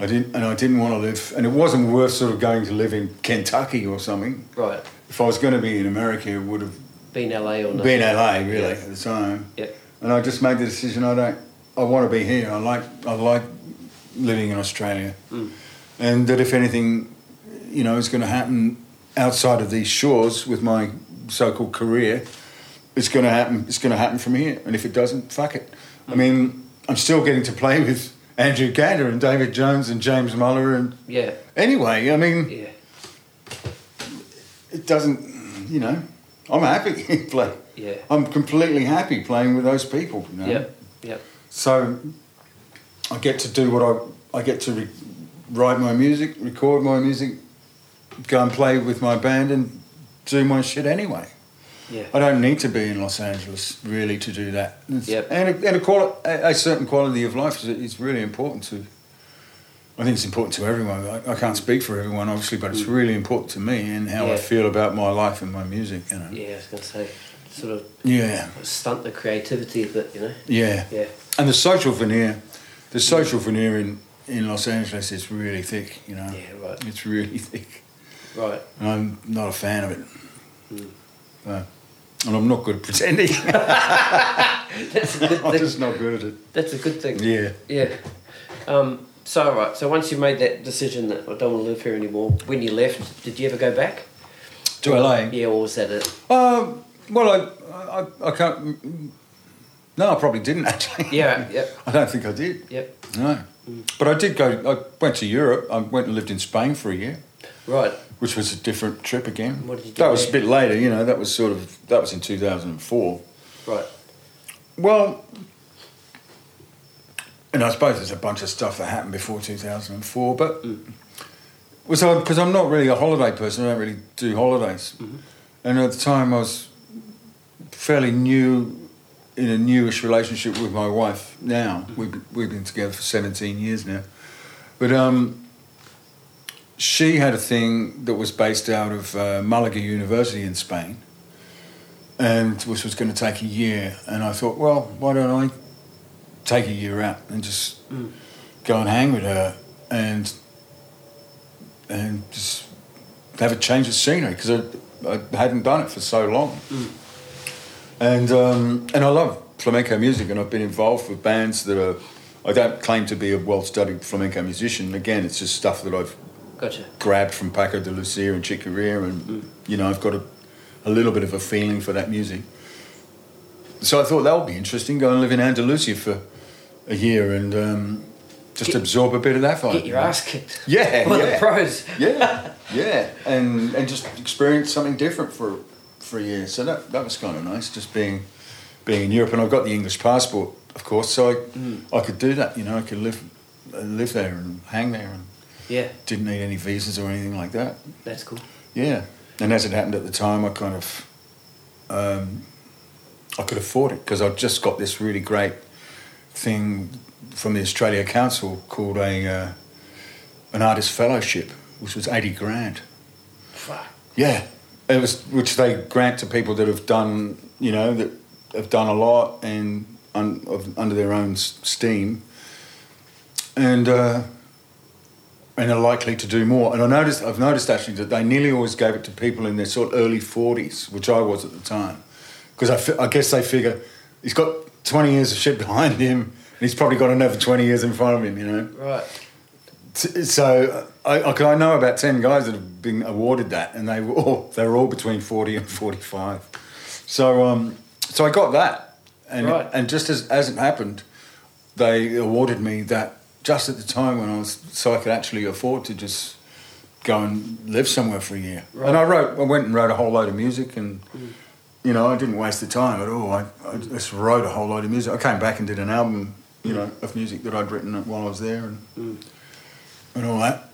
B: I didn't, and I didn't want to live, and it wasn't worth sort of going to live in Kentucky or something.
C: Right.
B: If I was going to be in America, it would have
C: Been LA or no?
B: been LA really
C: Yeah.
B: at the time.
C: Yep.
B: And I just made the decision. I don't. I want to be here. I like. I like living in Australia. And that if anything, you know, is going to happen outside of these shores with my so-called career, it's going to happen. It's going to happen from here. And if it doesn't, fuck it. I mean, I'm still getting to play with Andrew Gander and David Jones and James Muller and
C: Yeah.
B: anyway. I mean,
C: Yeah.
B: it doesn't. You know, I'm happy. play.
C: Yeah.
B: I'm completely happy playing with those people. You know?
C: Yep. Yep.
B: So I get to do what I I get to re- write my music, record my music, go and play with my band, and do my shit anyway.
C: Yeah.
B: I don't need to be in Los Angeles really to do that. It's-
C: Yep.
B: And a, and a, quali- a, a certain quality of life is, is really important to. I think it's important to everyone. I, I can't speak for everyone, obviously, but it's really important to me and how I
C: Mm. Yeah.
B: feel about my life and my music. You know.
C: Yeah, I was going to say, sort of
B: Yeah.
C: stunt the creativity a bit, you know?
B: Yeah.
C: Yeah.
B: And the social veneer, the social veneer in, in Los Angeles is really thick, you know.
C: Yeah, right.
B: It's really thick.
C: Right.
B: And I'm not a fan of it.
C: Hmm.
B: So, and I'm not good at pretending.
C: That's a good
B: I'm
C: thing.
B: just not good at it.
C: That's a good thing.
B: Yeah.
C: Yeah. Um, so, right, so once you made that decision that I don't want to live here anymore, when you left, did you ever go back?
B: To LA.
C: Yeah, or was that it?
B: Uh, well, I, I, I can't. No, I probably didn't actually.
C: Yeah, Hmm. yep,
B: I don't think I did.
C: yep.
B: No. But I did go, I went to Europe. I went and lived in Spain for a year.
C: Right,
B: which was a different trip again.
C: What did you do
B: that was a
C: there?
B: bit later, you know. That was sort of that was in two thousand and four.
C: right.
B: Well, and I suppose there's a bunch of stuff that happened before two thousand and four, but was because I'm not really a holiday person. I don't really do holidays, and at the time I was fairly new in a newish relationship with my wife. Now we've we've been together for seventeen years now, but um she had a thing that was based out of uh, Malaga University in Spain, and which was going to take a year. And I thought, well, why don't I take a year out and just go and hang with her and and just have a change of scenery because I, I hadn't done it for so long. And um, and I love flamenco music, and I've been involved with bands that are. I don't claim to be a well-studied flamenco musician. Again, it's just stuff that I've
C: Gotcha.
B: grabbed from Paco de Lucia and Chick Corea, and you know, I've got a, a little bit of a feeling for that music. So I thought that would be interesting. Go and live in Andalusia for a year and um, just
C: Get-
B: absorb a bit of that vibe.
C: Get your ass kicked.
B: Yeah,
C: By the
B: yeah.
C: pros.
B: yeah, yeah, and and just experience something different for for a year. So that that was kind of nice, just being being in Europe. And I've got the English passport, of course. So I,
C: Mm.
B: I could do that, you know, I could live, live there and hang there and
C: Yeah,
B: didn't need any visas or anything like that.
C: that's cool.
B: Yeah. And as it happened at the time, I kind of, um, I could afford it because I just got this really great thing from the Australia Council called a uh, an artist fellowship, which was eighty grand.
C: Fuck.
B: Yeah, it was which they grant to people that have done you know that have done a lot and un, of, under their own s- steam, and uh, and are likely to do more. And I noticed I've noticed actually that they nearly always gave it to people in their sort of early forties, which I was at the time, because I, fi- I guess they figure he's got twenty years of shit behind him. and He's probably got another 20 years in front of him, you know?
C: Right.
B: T- So I, I, 'cause I know about ten guys that have been awarded that, and they were all they were all between forty and forty-five. So um, so I got that, and
C: Right.
B: and just as as it happened, they awarded me that just at the time when I was so I could actually afford to just go and live somewhere for a year.
C: Right. Mm.
B: And I wrote, I went and wrote a whole load of music, and you know I didn't waste the time at all. I, I just wrote a whole load of music. I came back and did an album, you know, of music that I'd written while I was there, and and all that.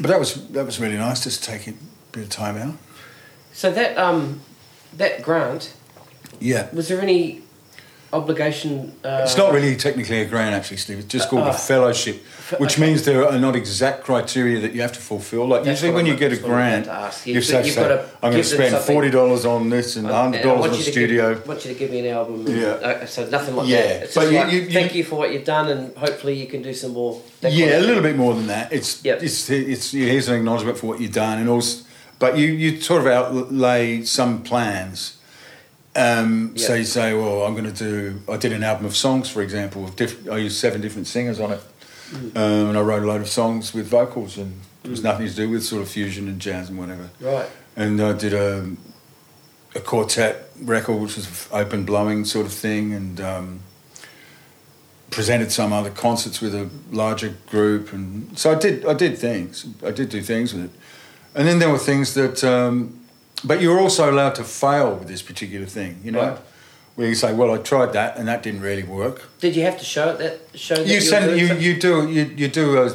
B: But that was that was really nice, just to take a bit of time out.
C: So that um, that grant
B: Yeah.
C: was there any obligation? Uh,
B: It's not really technically a grant, actually, Steve. It's just called
C: Uh,
B: a fellowship, which
C: okay.
B: means there are not exact criteria that you have to fulfil. Like
C: That's
B: usually,
C: what
B: when
C: I
B: you get a
C: was- what I was
B: grant,
C: about to ask.
B: you
C: You've-
B: say,
C: you've
B: say,
C: gotta
B: "I'm going to
C: give them
B: spend
C: something."
B: forty dollars on this and hundred
C: And I
B: dollars on
C: want
B: the
C: Uh, you to
B: studio."
C: Give, want you to give me an album. and-
B: Yeah.
C: uh, so nothing like
B: Yeah.
C: that.
B: But
C: It's just
B: you-
C: like,
B: you- you-
C: thank you for what you've done, and hopefully you can do some more. That kind
B: yeah,
C: of
B: a little bit
C: thing.
B: more than that. It's
C: Yep.
B: it's it's here's an acknowledgement for what you've done, and also, but you you sort of outlay some plans. Um, So
C: Yeah.
B: you say, well, I'm going to do. I did an album of songs, for example. Of diff- I used seven different singers on it,
C: Mm.
B: um, and I wrote a load of songs with vocals, and it was nothing to do with sort of fusion and jazz and whatever
C: Right.
B: and I did a, a quartet record, which was open blowing sort of thing, and um, presented some other concerts with a larger group, and so I did I did things I did do things with it, and then there were things that, um, but you're also allowed to fail with this particular thing, you know.
C: Right.
B: Where you say, "Well, I tried that, and that didn't really work."
C: Did you have to show it that show? That
B: you
C: were
B: send
C: doing
B: you,
C: something?
B: you do you, you do a,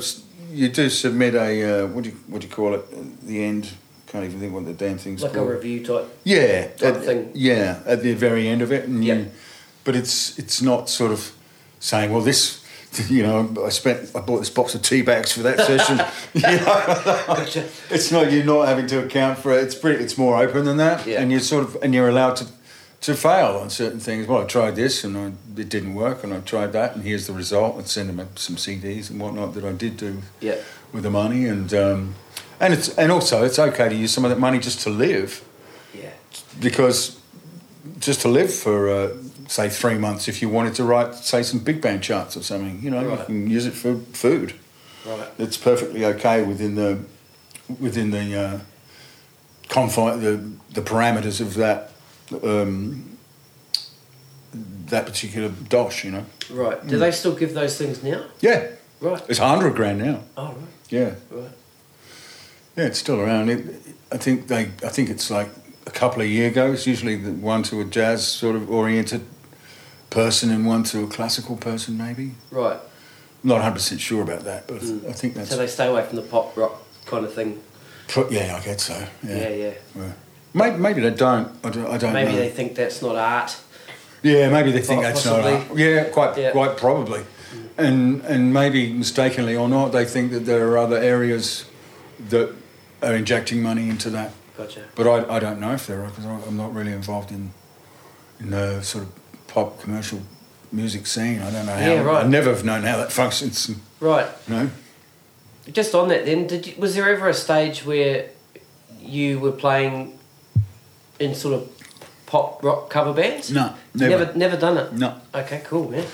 B: you do submit a uh, what do you what do you call it uh, the end can't even think what the damn thing's
C: like a
B: called
C: review type.
B: yeah
C: type
B: at-
C: thing.
B: yeah at the very end of it and
C: Yep.
B: you, but it's it's not sort of saying well this you know I spent I bought this box of tea bags for that session you know it's not you're not having to account for it it's pretty it's more open than that
C: Yeah.
B: and you're sort of and you're allowed to to fail on certain things well I tried this and I, it didn't work and I tried that and here's the result and send them some CDs and whatnot that I did do
C: Yeah.
B: with the money and um, and it's and also it's okay to use some of that money just to live
C: Yeah.
B: because just to live for uh, say three months if you wanted to write say some big band charts or something you know you
C: Right.
B: can use it for food
C: Right.
B: it's perfectly okay within the within the uh, confine the the parameters of that um, that particular dosh you know
C: Right.
B: Hmm.
C: Do they still give those things now?
B: yeah
C: Right.
B: it's a hundred grand now
C: Oh
B: yeah
C: right. Right.
B: Yeah, it's still around. It, I think they. I think it's like a couple of year ago. It's usually the one to a jazz sort of oriented person and one to a classical person, maybe.
C: Right.
B: I'm not 100 percent sure about that, but I think that's.
C: Mm. So they stay away from the pop rock kind of thing.
B: pro- yeah, I guess so. Yeah.
C: Yeah. Yeah.
B: Maybe, maybe they don't. I don't, I don't
C: Maybe
B: know.
C: they think that's not art.
B: Yeah, maybe they think
C: Po-
B: that's not
C: possibly.
B: art. Yeah, quite
C: Yeah. Mm.
B: quite probably, and and maybe mistakenly or not, they think that there are other areas that are injecting money into that
C: Gotcha.
B: But I, I don't know if there are because I'm not really involved in in the sort of pop commercial music scene. I don't know how.
C: Yeah, right.
B: I never have known how that functions. You
C: Right.
B: know?
C: Just on that then, did you, was there ever a stage where you were playing in sort of pop rock cover bands?
B: No,
C: never,
B: never.
C: never, done it.
B: No.
C: Okay, cool, man.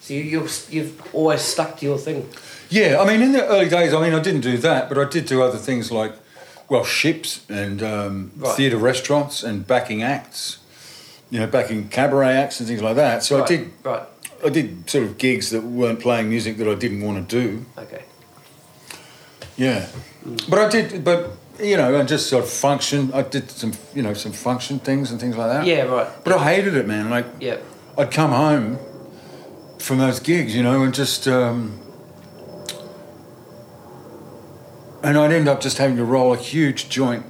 C: So you, you're, you've always stuck to your thing.
B: Yeah, I mean, in the early days, I mean, I didn't do that, but I did do other things like, well, ships and um,
C: Right.
B: theatre restaurants and backing acts. You know, backing cabaret acts and things like that. So
C: right,
B: I did.
C: Right.
B: I did sort of gigs that weren't playing music that I didn't want to do.
C: Okay.
B: Yeah, but I did, but you know, and just sort of function. I did some, you know, some function things and things like that.
C: Yeah. Right.
B: But I hated it, man. Like
C: Yeah.
B: I'd come home from those gigs, you know, and just. Um, and I'd end up just having to roll a huge joint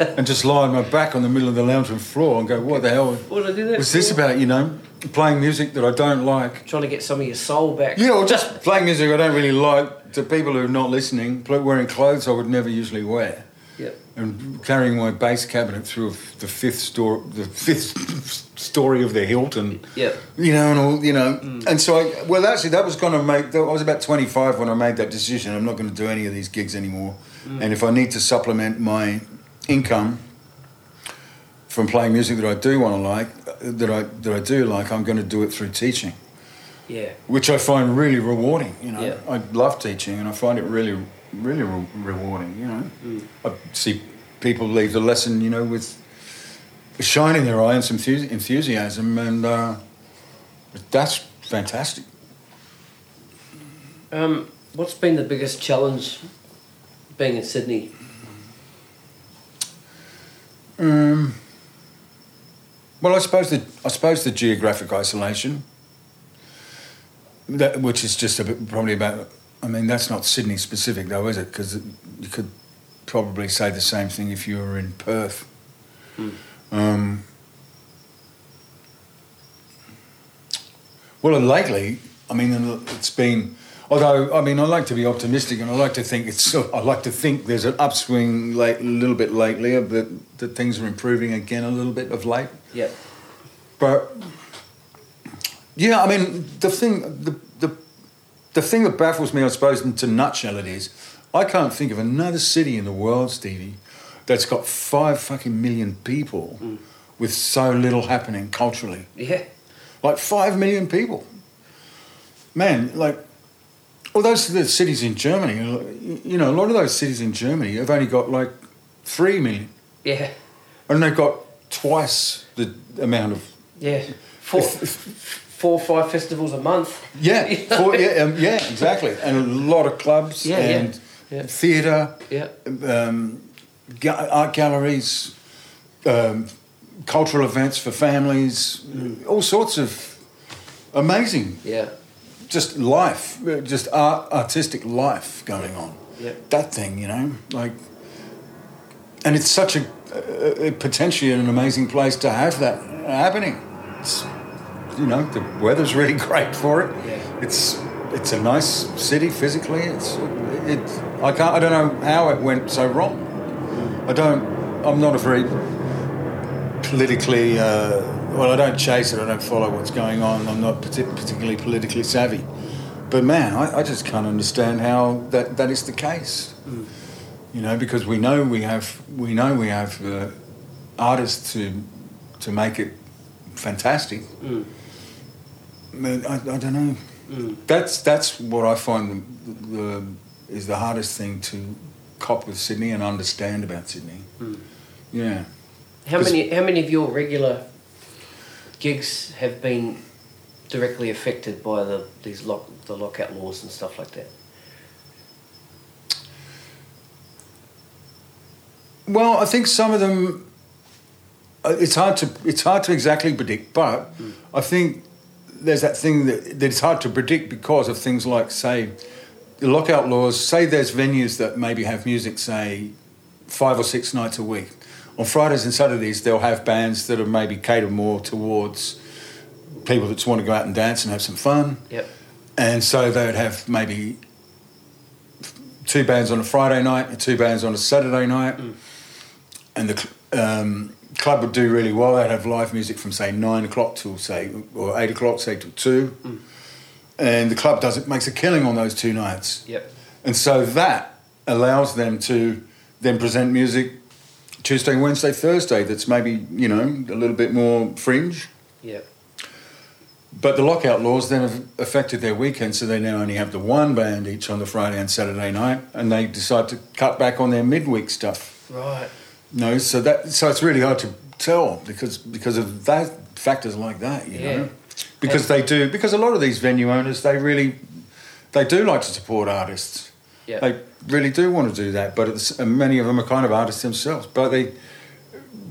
B: and just lie on my back on the middle of the lounge room floor and go, what the hell
C: What did I do that
B: was this
C: for?
B: about, you know? Playing music that I don't like.
C: Trying to get some of your soul back.
B: Yeah, or just playing music I don't really like to people who are not listening, pl- wearing clothes I would never usually wear.
C: Yep.
B: And carrying my bass cabinet through the fifth store, the fifth story of the Hilton.
C: Yeah.
B: You know, and all you know, and so I. Well, actually, that was going to make. I was about twenty five when I made that decision. I'm not going to do any of these gigs anymore. And if I need to supplement my income from playing music that I do want to like, that I that I do like, I'm going to do it through teaching
C: Yeah.
B: which I find really rewarding. You know,
C: Yeah.
B: I love teaching, and I find it really, really re- rewarding. You know, I see people leave the lesson, you know, with a shine in their eye and some enthusi- enthusiasm, and uh, that's fantastic.
C: Um, what's been the biggest challenge being in Sydney?
B: Um, well, I suppose the I suppose the geographic isolation, that, which is just a bit, probably about. I mean, that's not Sydney specific though, is it? Because you could probably say the same thing if you were in Perth. Um, well, and lately, I mean, and it's been. Although, I mean, I like to be optimistic, and I like to think it's. I like to think there's an upswing late, a little bit lately, of that that things are improving again a little bit of late.
C: Yep.
B: But yeah, I mean, the thing, the the the thing that baffles me, I suppose, into nutshell, it is, I can't think of another city in the world, Stevie, that's got five fucking million people with so little happening culturally
C: Yeah.
B: like five million people. Man, like all those the cities in Germany, uh, you know, a lot of those cities in Germany have only got like three million,
C: Yeah.
B: and they've got twice the amount of
C: Yeah. Four, four or five festivals a month.
B: yeah,
C: You know?
B: four- yeah, um, yeah, exactly, and a lot of clubs
C: Yeah, yeah,
B: and
C: yeah.
B: theatre,
C: Yeah.
B: um, ga- art galleries, um, cultural events for families, all sorts of amazing
C: Yeah.
B: just life, uh, just art, artistic life going on.
C: Yeah.
B: That thing, you know, like, and it's such a, a, a potentially an amazing place to have that happening. It's, you know, the weather's really great for it.
C: Yeah.
B: It's it's a nice city physically. It's it. I can't. I don't know how it went so wrong. I don't. I'm not a very politically. Uh, well, I don't chase it. I don't follow what's going on. I'm not parti- particularly politically savvy. But man, I, I just can't understand how that, that is the case. You know, because we know we have we know we have uh, artists to to make it fantastic. Man, I, I don't know. That's that's what I find the, the, is the hardest thing to cop with Sydney and understand about Sydney. Yeah.
C: How
B: 'Cause-
C: many how many of your regular gigs have been directly affected by the these lock the lockout laws and stuff like that?
B: Well, I think some of them. uh, It's hard to it's hard to exactly predict, but I think there's that thing that, that it's hard to predict because of things like say the lockout laws. Say there's venues that maybe have music say five or six nights a week. On Fridays and Saturdays, they'll have bands that are maybe catered more towards people that just want to go out and dance and have some fun.
C: Yep.
B: And so they would have maybe two bands on a Friday night and two bands on a Saturday night. And the cl- um, club would do really well. They'd have live music from, say, nine o'clock till, say, or eight o'clock, say, till two. And the club does it, makes a killing on those two nights.
C: Yep.
B: And so that allows them to then present music Tuesday, Wednesday, Thursday that's maybe, you know, a little bit more fringe.
C: Yep.
B: But the lockout laws then have affected their weekend, so they now only have the one band each on the Friday and Saturday night, and they decide to cut back on their midweek stuff.
C: Right.
B: No, so that so it's really hard to tell because because of that factors like that, you
C: Yeah.
B: know. Because they do because a lot of these venue owners they really they do like to support artists.
C: Yep.
B: They really do want to do that, but it's, and many of them are kind of artists themselves. But they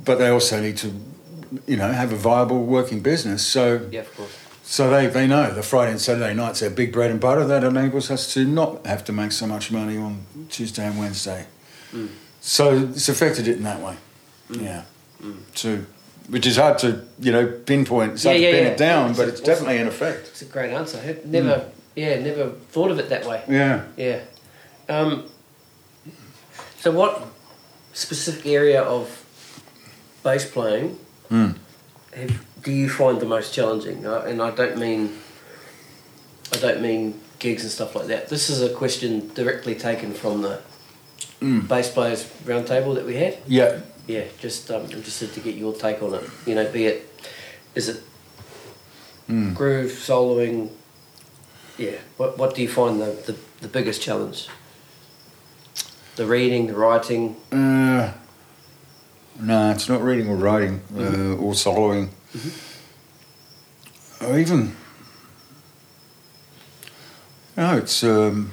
B: but they also need to you know have a viable working business. So
C: yeah, of course.
B: So they, they know the Friday and Saturday nights are big bread and butter. That enables us to not have to make so much money on Tuesday and Wednesday.
C: Mm.
B: So it's affected it in that way. Yeah.
C: Mm.
B: To, which is hard to you know pinpoint. It's
C: Yeah,
B: hard
C: yeah,
B: to pin
C: yeah.
B: it down,
C: It's
B: but
C: a-
B: it's definitely an effect.
C: It's a great answer. I never, yeah, never thought of it that way.
B: Yeah.
C: Yeah. Um, so, what specific area of bass playing have, do you find the most challenging? Uh, and I don't mean, I don't mean gigs and stuff like that. This is a question directly taken from the bass players roundtable that we had.
B: Yeah.
C: Yeah, just um, interested to get your take on it. You know, be it is it groove soloing? Yeah, what what do you find the, the, the biggest challenge? The reading, the writing.
B: Uh, no, it's not reading or writing uh, or soloing. Or even. No, it's. Um,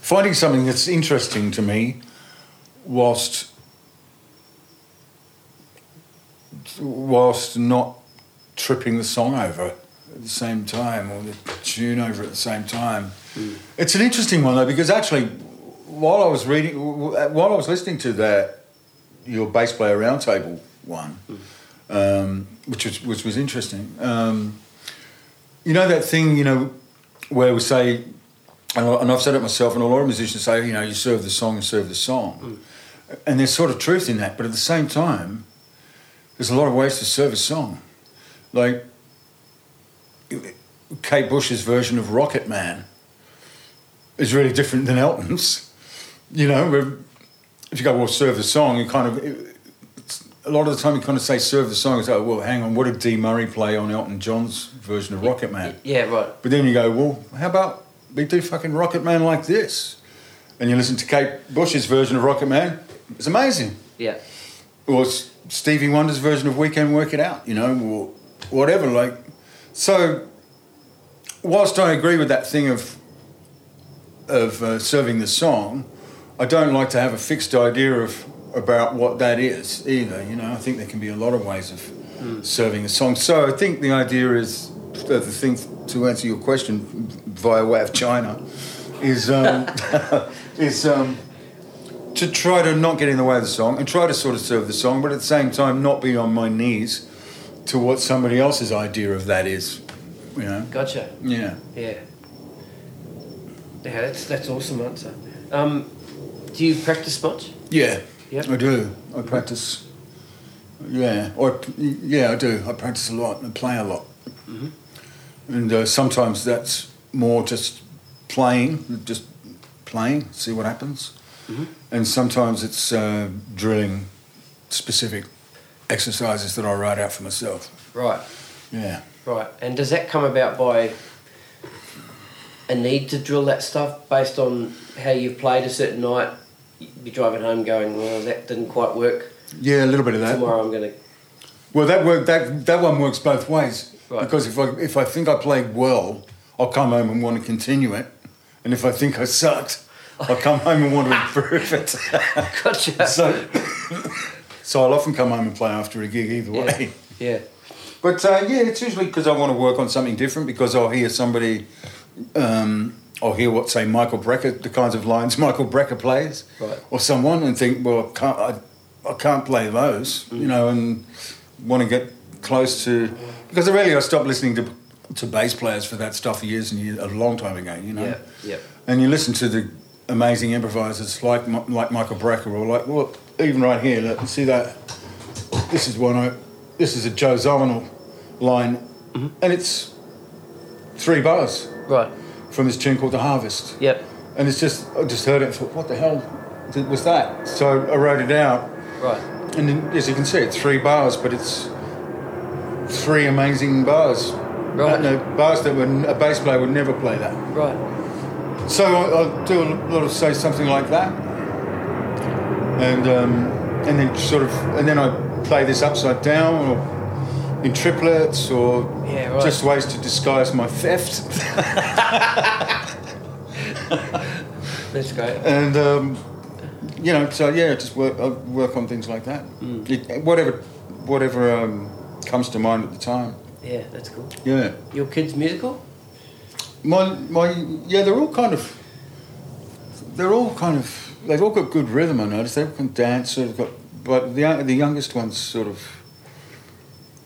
B: finding something that's interesting to me whilst. whilst not tripping the song over at the same time or the tune over at the same time. It's an interesting one though because actually, while I was reading, while I was listening to that your bass player roundtable one, um, which was which was interesting. Um, you know that thing, you know, where we say, and I- and I've said it myself, and a lot of musicians say, you know, you serve the song, you serve the song, and there's sort of truth in that, but at the same time there's a lot of ways to serve a song. Like Kate Bush's version of Rocket Man is really different than Elton's. You know, where if you go, well, serve the song, you kind of, it's, a lot of the time you kind of say serve the song, it's like, well, hang on, what did Dee Murray play on Elton John's version of Rocket Man?
C: Yeah, right.
B: But then you go, well, how about we do fucking Rocket Man like this? And you listen to Kate Bush's version of Rocket Man, it's amazing
C: Yeah,
B: or S- Stevie Wonder's version of Weekend Work It Out, you know, or whatever. Like, so whilst I agree with that thing of of uh, serving the song, I don't like to have a fixed idea of about what that is either. You know, I think there can be a lot of ways of serving a song. So I think the idea is uh, the the thing to answer your question via way of China is um, is. Um, to try to not get in the way of the song and try to sort of serve the song, but at the same time not be on my knees to what somebody else's idea of that is. You know?
C: gotcha.
B: Yeah.
C: Yeah. Yeah, that's that's awesome answer. Um, do you practice much?
B: Yeah.
C: Yep.
B: I do. I practice. Yeah. Or yeah, I do. I practice a lot and I play a lot. And uh, sometimes that's more just playing, just playing, see what happens. And sometimes it's uh, drilling specific exercises that I write out for myself.
C: Right.
B: Yeah.
C: Right, and does that come about by a need to drill that stuff based on how you've played a certain night? You're driving home going, well, that didn't quite work.
B: Yeah, a little bit of that.
C: Tomorrow I'm going to.
B: Well, that work that that one works both ways
C: Right.
B: because if I if I think I played well, I'll come home and want to continue it, and if I think I sucked, I'll come home and want to improve it.
C: Gotcha.
B: so, so I'll often come home and play after a gig either way.
C: yeah. yeah.
B: But uh, yeah, it's usually because I want to work on something different because I'll hear somebody, um, I'll hear what, say, Michael Brecker, the kinds of lines Michael Brecker plays,
C: Right.
B: or someone, and think, well, I can't, I, I can't play those,
C: Mm.
B: you know, and want to get close to. Because really, I stopped listening to, to bass players for that stuff years and years, a long time ago, you know.
C: Yeah. Yeah.
B: And you listen to the amazing improvisers like Mi- like Michael Brecker or like well even right here look see that this is one I this is a Joe Zawinul line and it's three bars
C: Right.
B: from this tune called The Harvest
C: Yep.
B: and it's just I just heard it and thought what the hell th- was that so I wrote it out
C: Right.
B: and then, as you can see it's three bars but it's three amazing bars
C: Right.
B: And, uh, bars that were a bass player would never play that
C: Right.
B: so I, I do a lot of say something like that, and um, and then sort of and then I play this upside down or in triplets or
C: Yeah, right.
B: just ways to disguise my theft.
C: That's great.
B: And um, you know, so yeah, just work I work on things like that.
C: Hmm.
B: It- whatever, whatever um, comes to mind at the time.
C: Yeah, that's cool.
B: Yeah.
C: Your kids musical?
B: My my yeah, they're all kind of they're all kind of they've all got good rhythm. I notice they can dance. Sort of got, but the the youngest one's sort of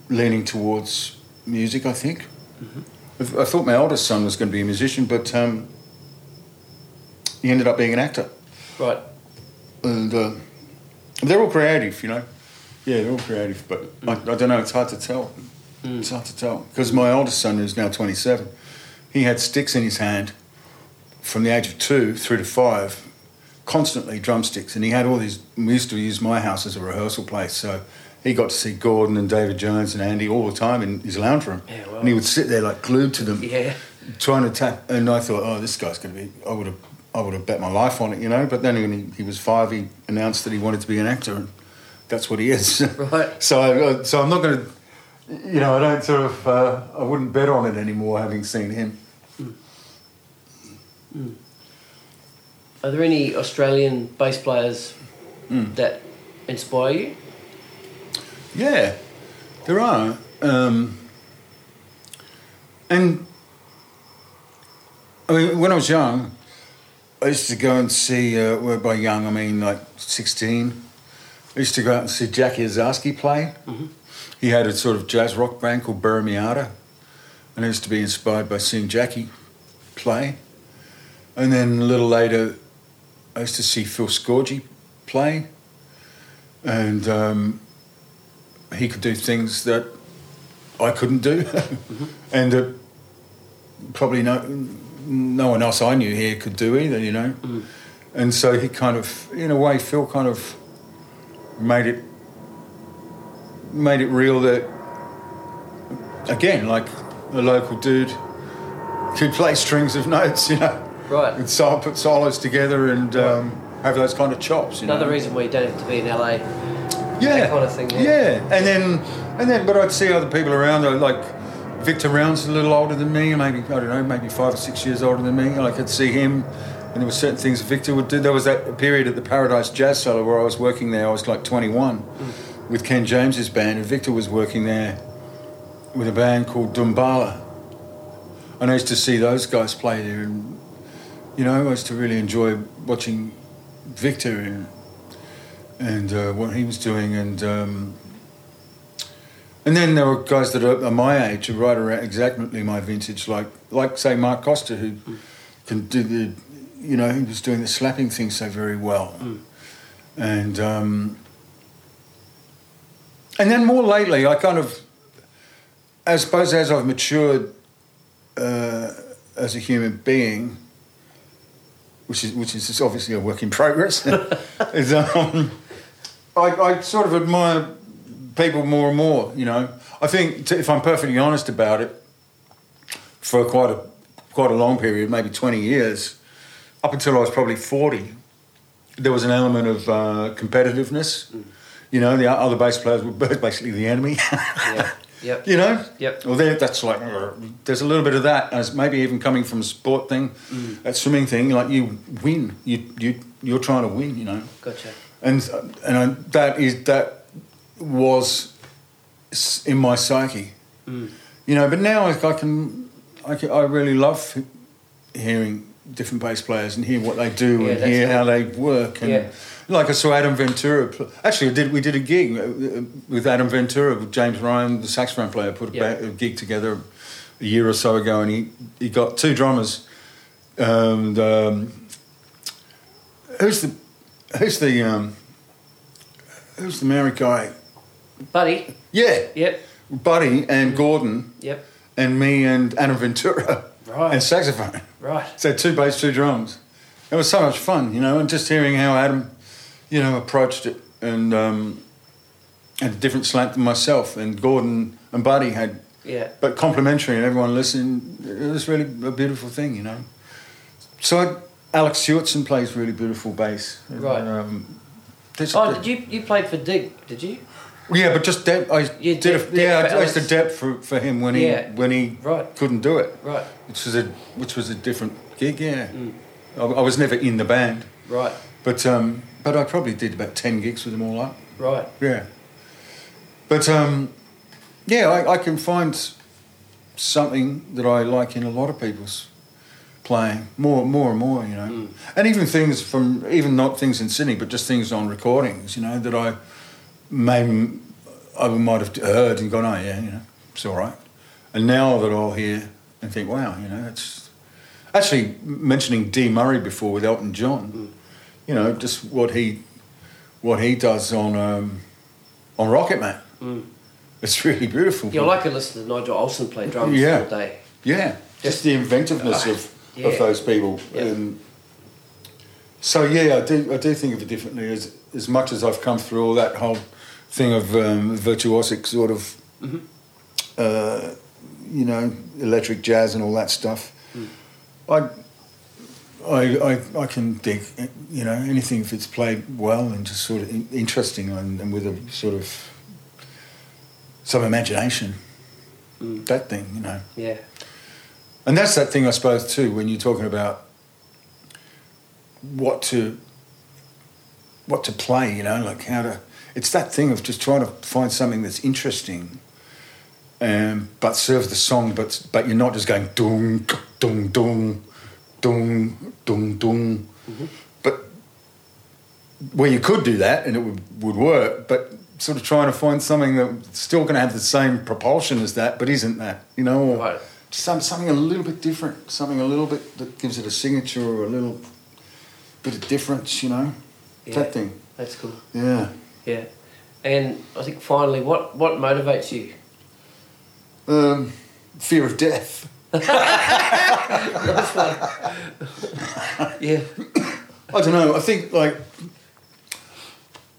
B: leaning towards music. I think. I I thought my eldest son was going to be a musician, but um, he ended up being an actor.
C: Right.
B: And uh, they're all creative, you know. Yeah, they're all creative, but I, I don't know. It's hard to tell.
C: Hmm.
B: It's hard to tell because my oldest son, who's now twenty-seven, he had sticks in his hand from the age of two through to five, constantly drumsticks, and he had all these. We used to use my house as a rehearsal place, so he got to see Gordon and David Jones and Andy all the time in his lounge room,
C: Yeah, wow.
B: and he would sit there like glued to them
C: Yeah.
B: trying to tap, and I thought, oh, this guy's going to be. I would have, I would have bet my life on it, you know. But then when he, he was five, he announced that he wanted to be an actor, and that's what he is.
C: Right.
B: so, I, I- so I'm not going to, you know, I don't sort of, uh, I wouldn't bet on it anymore, having seen him.
C: Are there any Australian bass players that inspire you?
B: Yeah, there are, um, and I mean, when I was young, I used to go and see. Uh, well, by young, I mean like sixteen. I used to go out and see Jackie Ozarski play. He had a sort of jazz rock band called Buramiata, and I used to be inspired by seeing Jackie play. And then a little later, I used to see Phil Scorgi play, and um, he could do things that I couldn't do, and that probably no no one else I knew here could do either. You know, and so he kind of, in a way, Phil kind of made it made it real that again, like a local dude could play strings of notes. You know,
C: Right.
B: And so I put solos together and. Um, have those kind of chops. You
C: Another
B: know?
C: reason why you don't have to be in LA.
B: yeah.
C: that kind of thing, yeah.
B: Yeah. and then and then, but I'd see other people around. uh, Like Victor Round's a little older than me, maybe I don't know, maybe five or six years older than me. and I could see him, and there were certain things Victor would do. There was that period at the Paradise Jazz Cellar where I was working there. I was like 21
C: Mm.
B: with Ken James's band, and Victor was working there with a band called Dumbala. And I used to see those guys play there, and you know, I used to really enjoy watching Victor and and uh, what he was doing, and um, and then there were guys that are, are my age, are right around exactly my vintage, like like say Mark Costa, who can do the, you know, he was doing the slapping thing so very well, and um, and then more lately, I kind of, I suppose, as I've matured uh, as a human being. Which is, which is obviously a work in progress. is, um, I, I sort of admire people more and more. You know, I think t- if I'm perfectly honest about it, for quite a quite a long period, maybe 20 years, up until I was probably 40, there was an element of uh, competitiveness. You know, the o- other bass players were basically the enemy.
C: Yeah. Yep.
B: You know?
C: Yep.
B: Well, there, that's like, there's a little bit of that, as maybe even coming from a sport thing, that swimming thing, like you win. You, you, you're trying to win, you know?
C: Gotcha.
B: and and I, that is that was s- in my psyche,
C: Mm.
B: you know. But now I, I can, I can, I really love he- hearing different bass players and hear what they do
C: Yeah,
B: and
C: that's
B: hear
C: cool.
B: how they work. And
C: Yeah.
B: like I saw Adam Ventura. Pl- Actually, I did we did a gig uh, uh, with Adam Ventura with James Ryan, the saxophone player, put a,
C: Yeah.
B: ba- a gig together a year or so ago, and he he got two drummers. And um, Who's the who's the um who's the married guy?
C: Buddy.
B: Yeah.
C: Yep.
B: Buddy and Gordon
C: Yep.
B: and me and Anna Ventura
C: Right.
B: and saxophone.
C: Right.
B: So two bass, two drums. It was so much fun, you know, and just hearing how Adam, you know, approached it and um had a different slant than myself and Gordon and Buddy had
C: Yeah.
B: but complimentary and everyone listened. It was really a beautiful thing, you know. So I, Alex Hewitson plays really beautiful bass.
C: Right.
B: Um, there's-
C: Oh, did you you played for Dig? Did you?
B: Yeah, but just depth. I
C: You
B: did.
C: depth-
B: a, yeah,
C: depth for
B: I used to
C: Alex.
B: depth for, for him when he
C: Yeah.
B: when he
C: Right.
B: couldn't do it,
C: Right.
B: which was a which was a different gig. Yeah, I, I was never in the band,
C: Right.
B: but um, But I probably did about 10 gigs with them all up.
C: Right.
B: Yeah. But um, yeah, I, I can find something that I like in a lot of people's playing more, more and more. You know, and even things from even not things in Sydney, but just things on recordings. You know that I may I might have heard and gone, oh yeah, you know, it's all right. And now that I'll hear and think, wow, you know, it's actually mentioning D Murray before with Elton John. You know, just what he what he does on um, on Rocket Man. It's really beautiful.
C: Yeah, I like to listen to Nigel Olsen play drums
B: Yeah.
C: all day.
B: Yeah, just the inventiveness of,
C: Yeah.
B: of those people.
C: Yeah.
B: Um, so yeah, I do I do think of it differently as as much as I've come through all that whole thing of um, virtuosic sort of,
C: Mm-hmm.
B: uh, you know, electric jazz and all that stuff.
C: Mm.
B: I, I I I can dig, you know, anything if it's played well and just sort of in- interesting and, and with a sort of some imagination.
C: Mm.
B: That thing, you know.
C: Yeah.
B: And that's that thing, I suppose, too, when you're talking about what to what to play. You know, like how to. It's that thing of just trying to find something that's interesting, um, but serves the song. But but you're not just going dung dung dung dung dung dung. But well, you could do that, and it would would work. But sort of trying to find something that's still going to have the same propulsion as that, but isn't that you know? Or,
C: Right.
B: some, something a little bit different, something a little bit that gives it a signature or a little bit of difference, you know?
C: yeah.
B: That thing.
C: That's cool.
B: Yeah.
C: Yeah. And I think finally, what, what motivates you?
B: Um, fear of death.
C: Yeah.
B: I don't know. I think like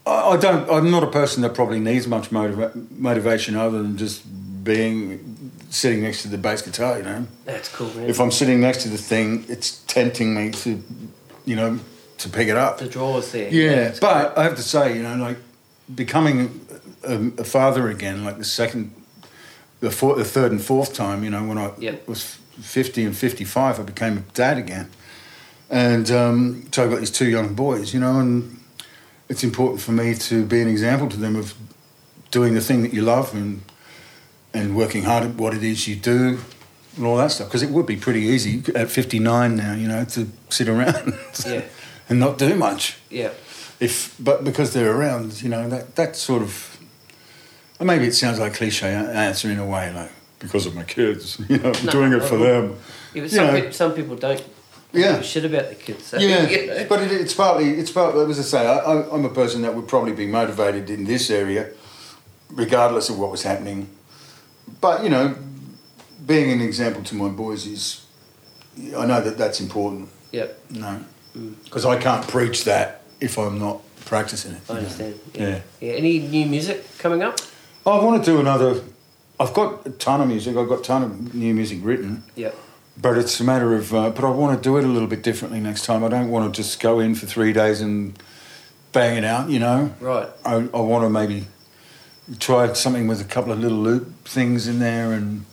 B: I, I don't. I'm not a person that probably needs much motiva- motivation other than just being sitting next to the bass guitar. You know,
C: That's cool, man.
B: if I'm sitting next to the thing, it's tempting me to, you know, to pick it up.
C: the drawers there.
B: Yeah,
C: That's
B: but I have to say, you know, like becoming a, a father again, like the second, the, four, the third and fourth time, you know, when I
C: Yep.
B: was 50 and 55, I became a dad again. And um, so I've got these two young boys, you know, and it's important for me to be an example to them of doing the thing that you love and and working hard at what it is you do and all that stuff. Because it would be pretty easy at 59 now, you know, to sit around
C: Yeah.
B: and not do much
C: Yeah.
B: if but because they're around, you know that that sort of. and maybe it sounds like cliche a- answer in a way, like because of my kids, you know, I'm
C: No,
B: doing it
C: not
B: for
C: at all.
B: them.
C: yeah
B: You
C: but some,
B: know.
C: peop some people don't
B: Yeah.
C: give a shit about the kids. So,
B: Yeah,
C: you know.
B: but it, it's partly it's partly as I say, I, I, I'm a person that would probably be motivated in this area, regardless of what was happening. But you know, being an example to my boys is, I know that that's important.
C: yeah,
B: No,
C: Mm.
B: because I can't preach that if I'm not practicing it.
C: I
B: you know.
C: understand.
B: Yeah.
C: yeah. Any new music coming up?
B: Oh, I want to do another. I've got a ton of music. I've got a ton of new music written,
C: Yeah.
B: but it's a matter of. Uh, but I want to do it a little bit differently next time. I don't want to just go in for three days and bang it out. You know,
C: Right.
B: I, I want to maybe try something with a couple of little loop things in there, and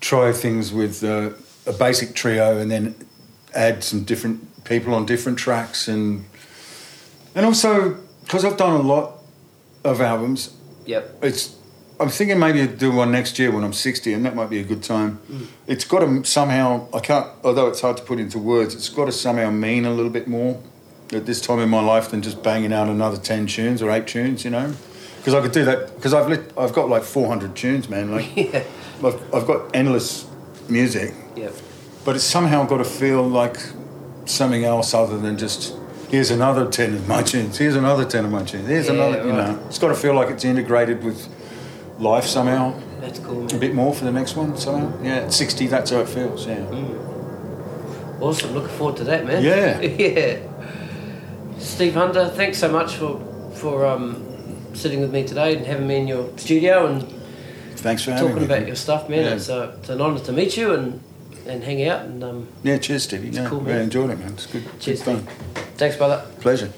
B: try things with uh, a basic trio, and then add some different people on different tracks, and and also because I've done a lot of albums
C: Yep.
B: it's I'm thinking maybe I'd do one next year when I'm 60, and that might be a good time. It's got to somehow I can't, although it's hard to put into words, it's got to somehow mean a little bit more at this time in my life than just banging out another 10 tunes or eight tunes, you know. Because I could do that because I've lit, I've got like 400 tunes, man. Like
C: Yeah.
B: I've, I've got endless music,
C: Yep.
B: but it's somehow got to feel like something else other than just. Here's another ten of my tunes. Here's another ten of my tunes. Here's
C: Yeah,
B: another. You
C: right.
B: know, it's got to feel like it's integrated with life somehow.
C: That's cool,
B: A
C: man.
B: bit more for the next one somehow. Yeah, at 60, that's how it feels, yeah.
C: Mm. Awesome. Looking forward to that, man.
B: Yeah.
C: yeah. Steve Hunter, thanks so much for for um, sitting with me today and having me in your studio and
B: Thanks for having
C: talking
B: me.
C: about your stuff, man.
B: Yeah.
C: It's, uh, it's an honour to meet you and, and hang out. And um,
B: Yeah, cheers, Stevie. Yeah,
C: cool,
B: yeah,
C: man.
B: enjoyed it, man. It's good,
C: cheers,
B: good fun.
C: Steve. Thanks, brother.
B: Pleasure.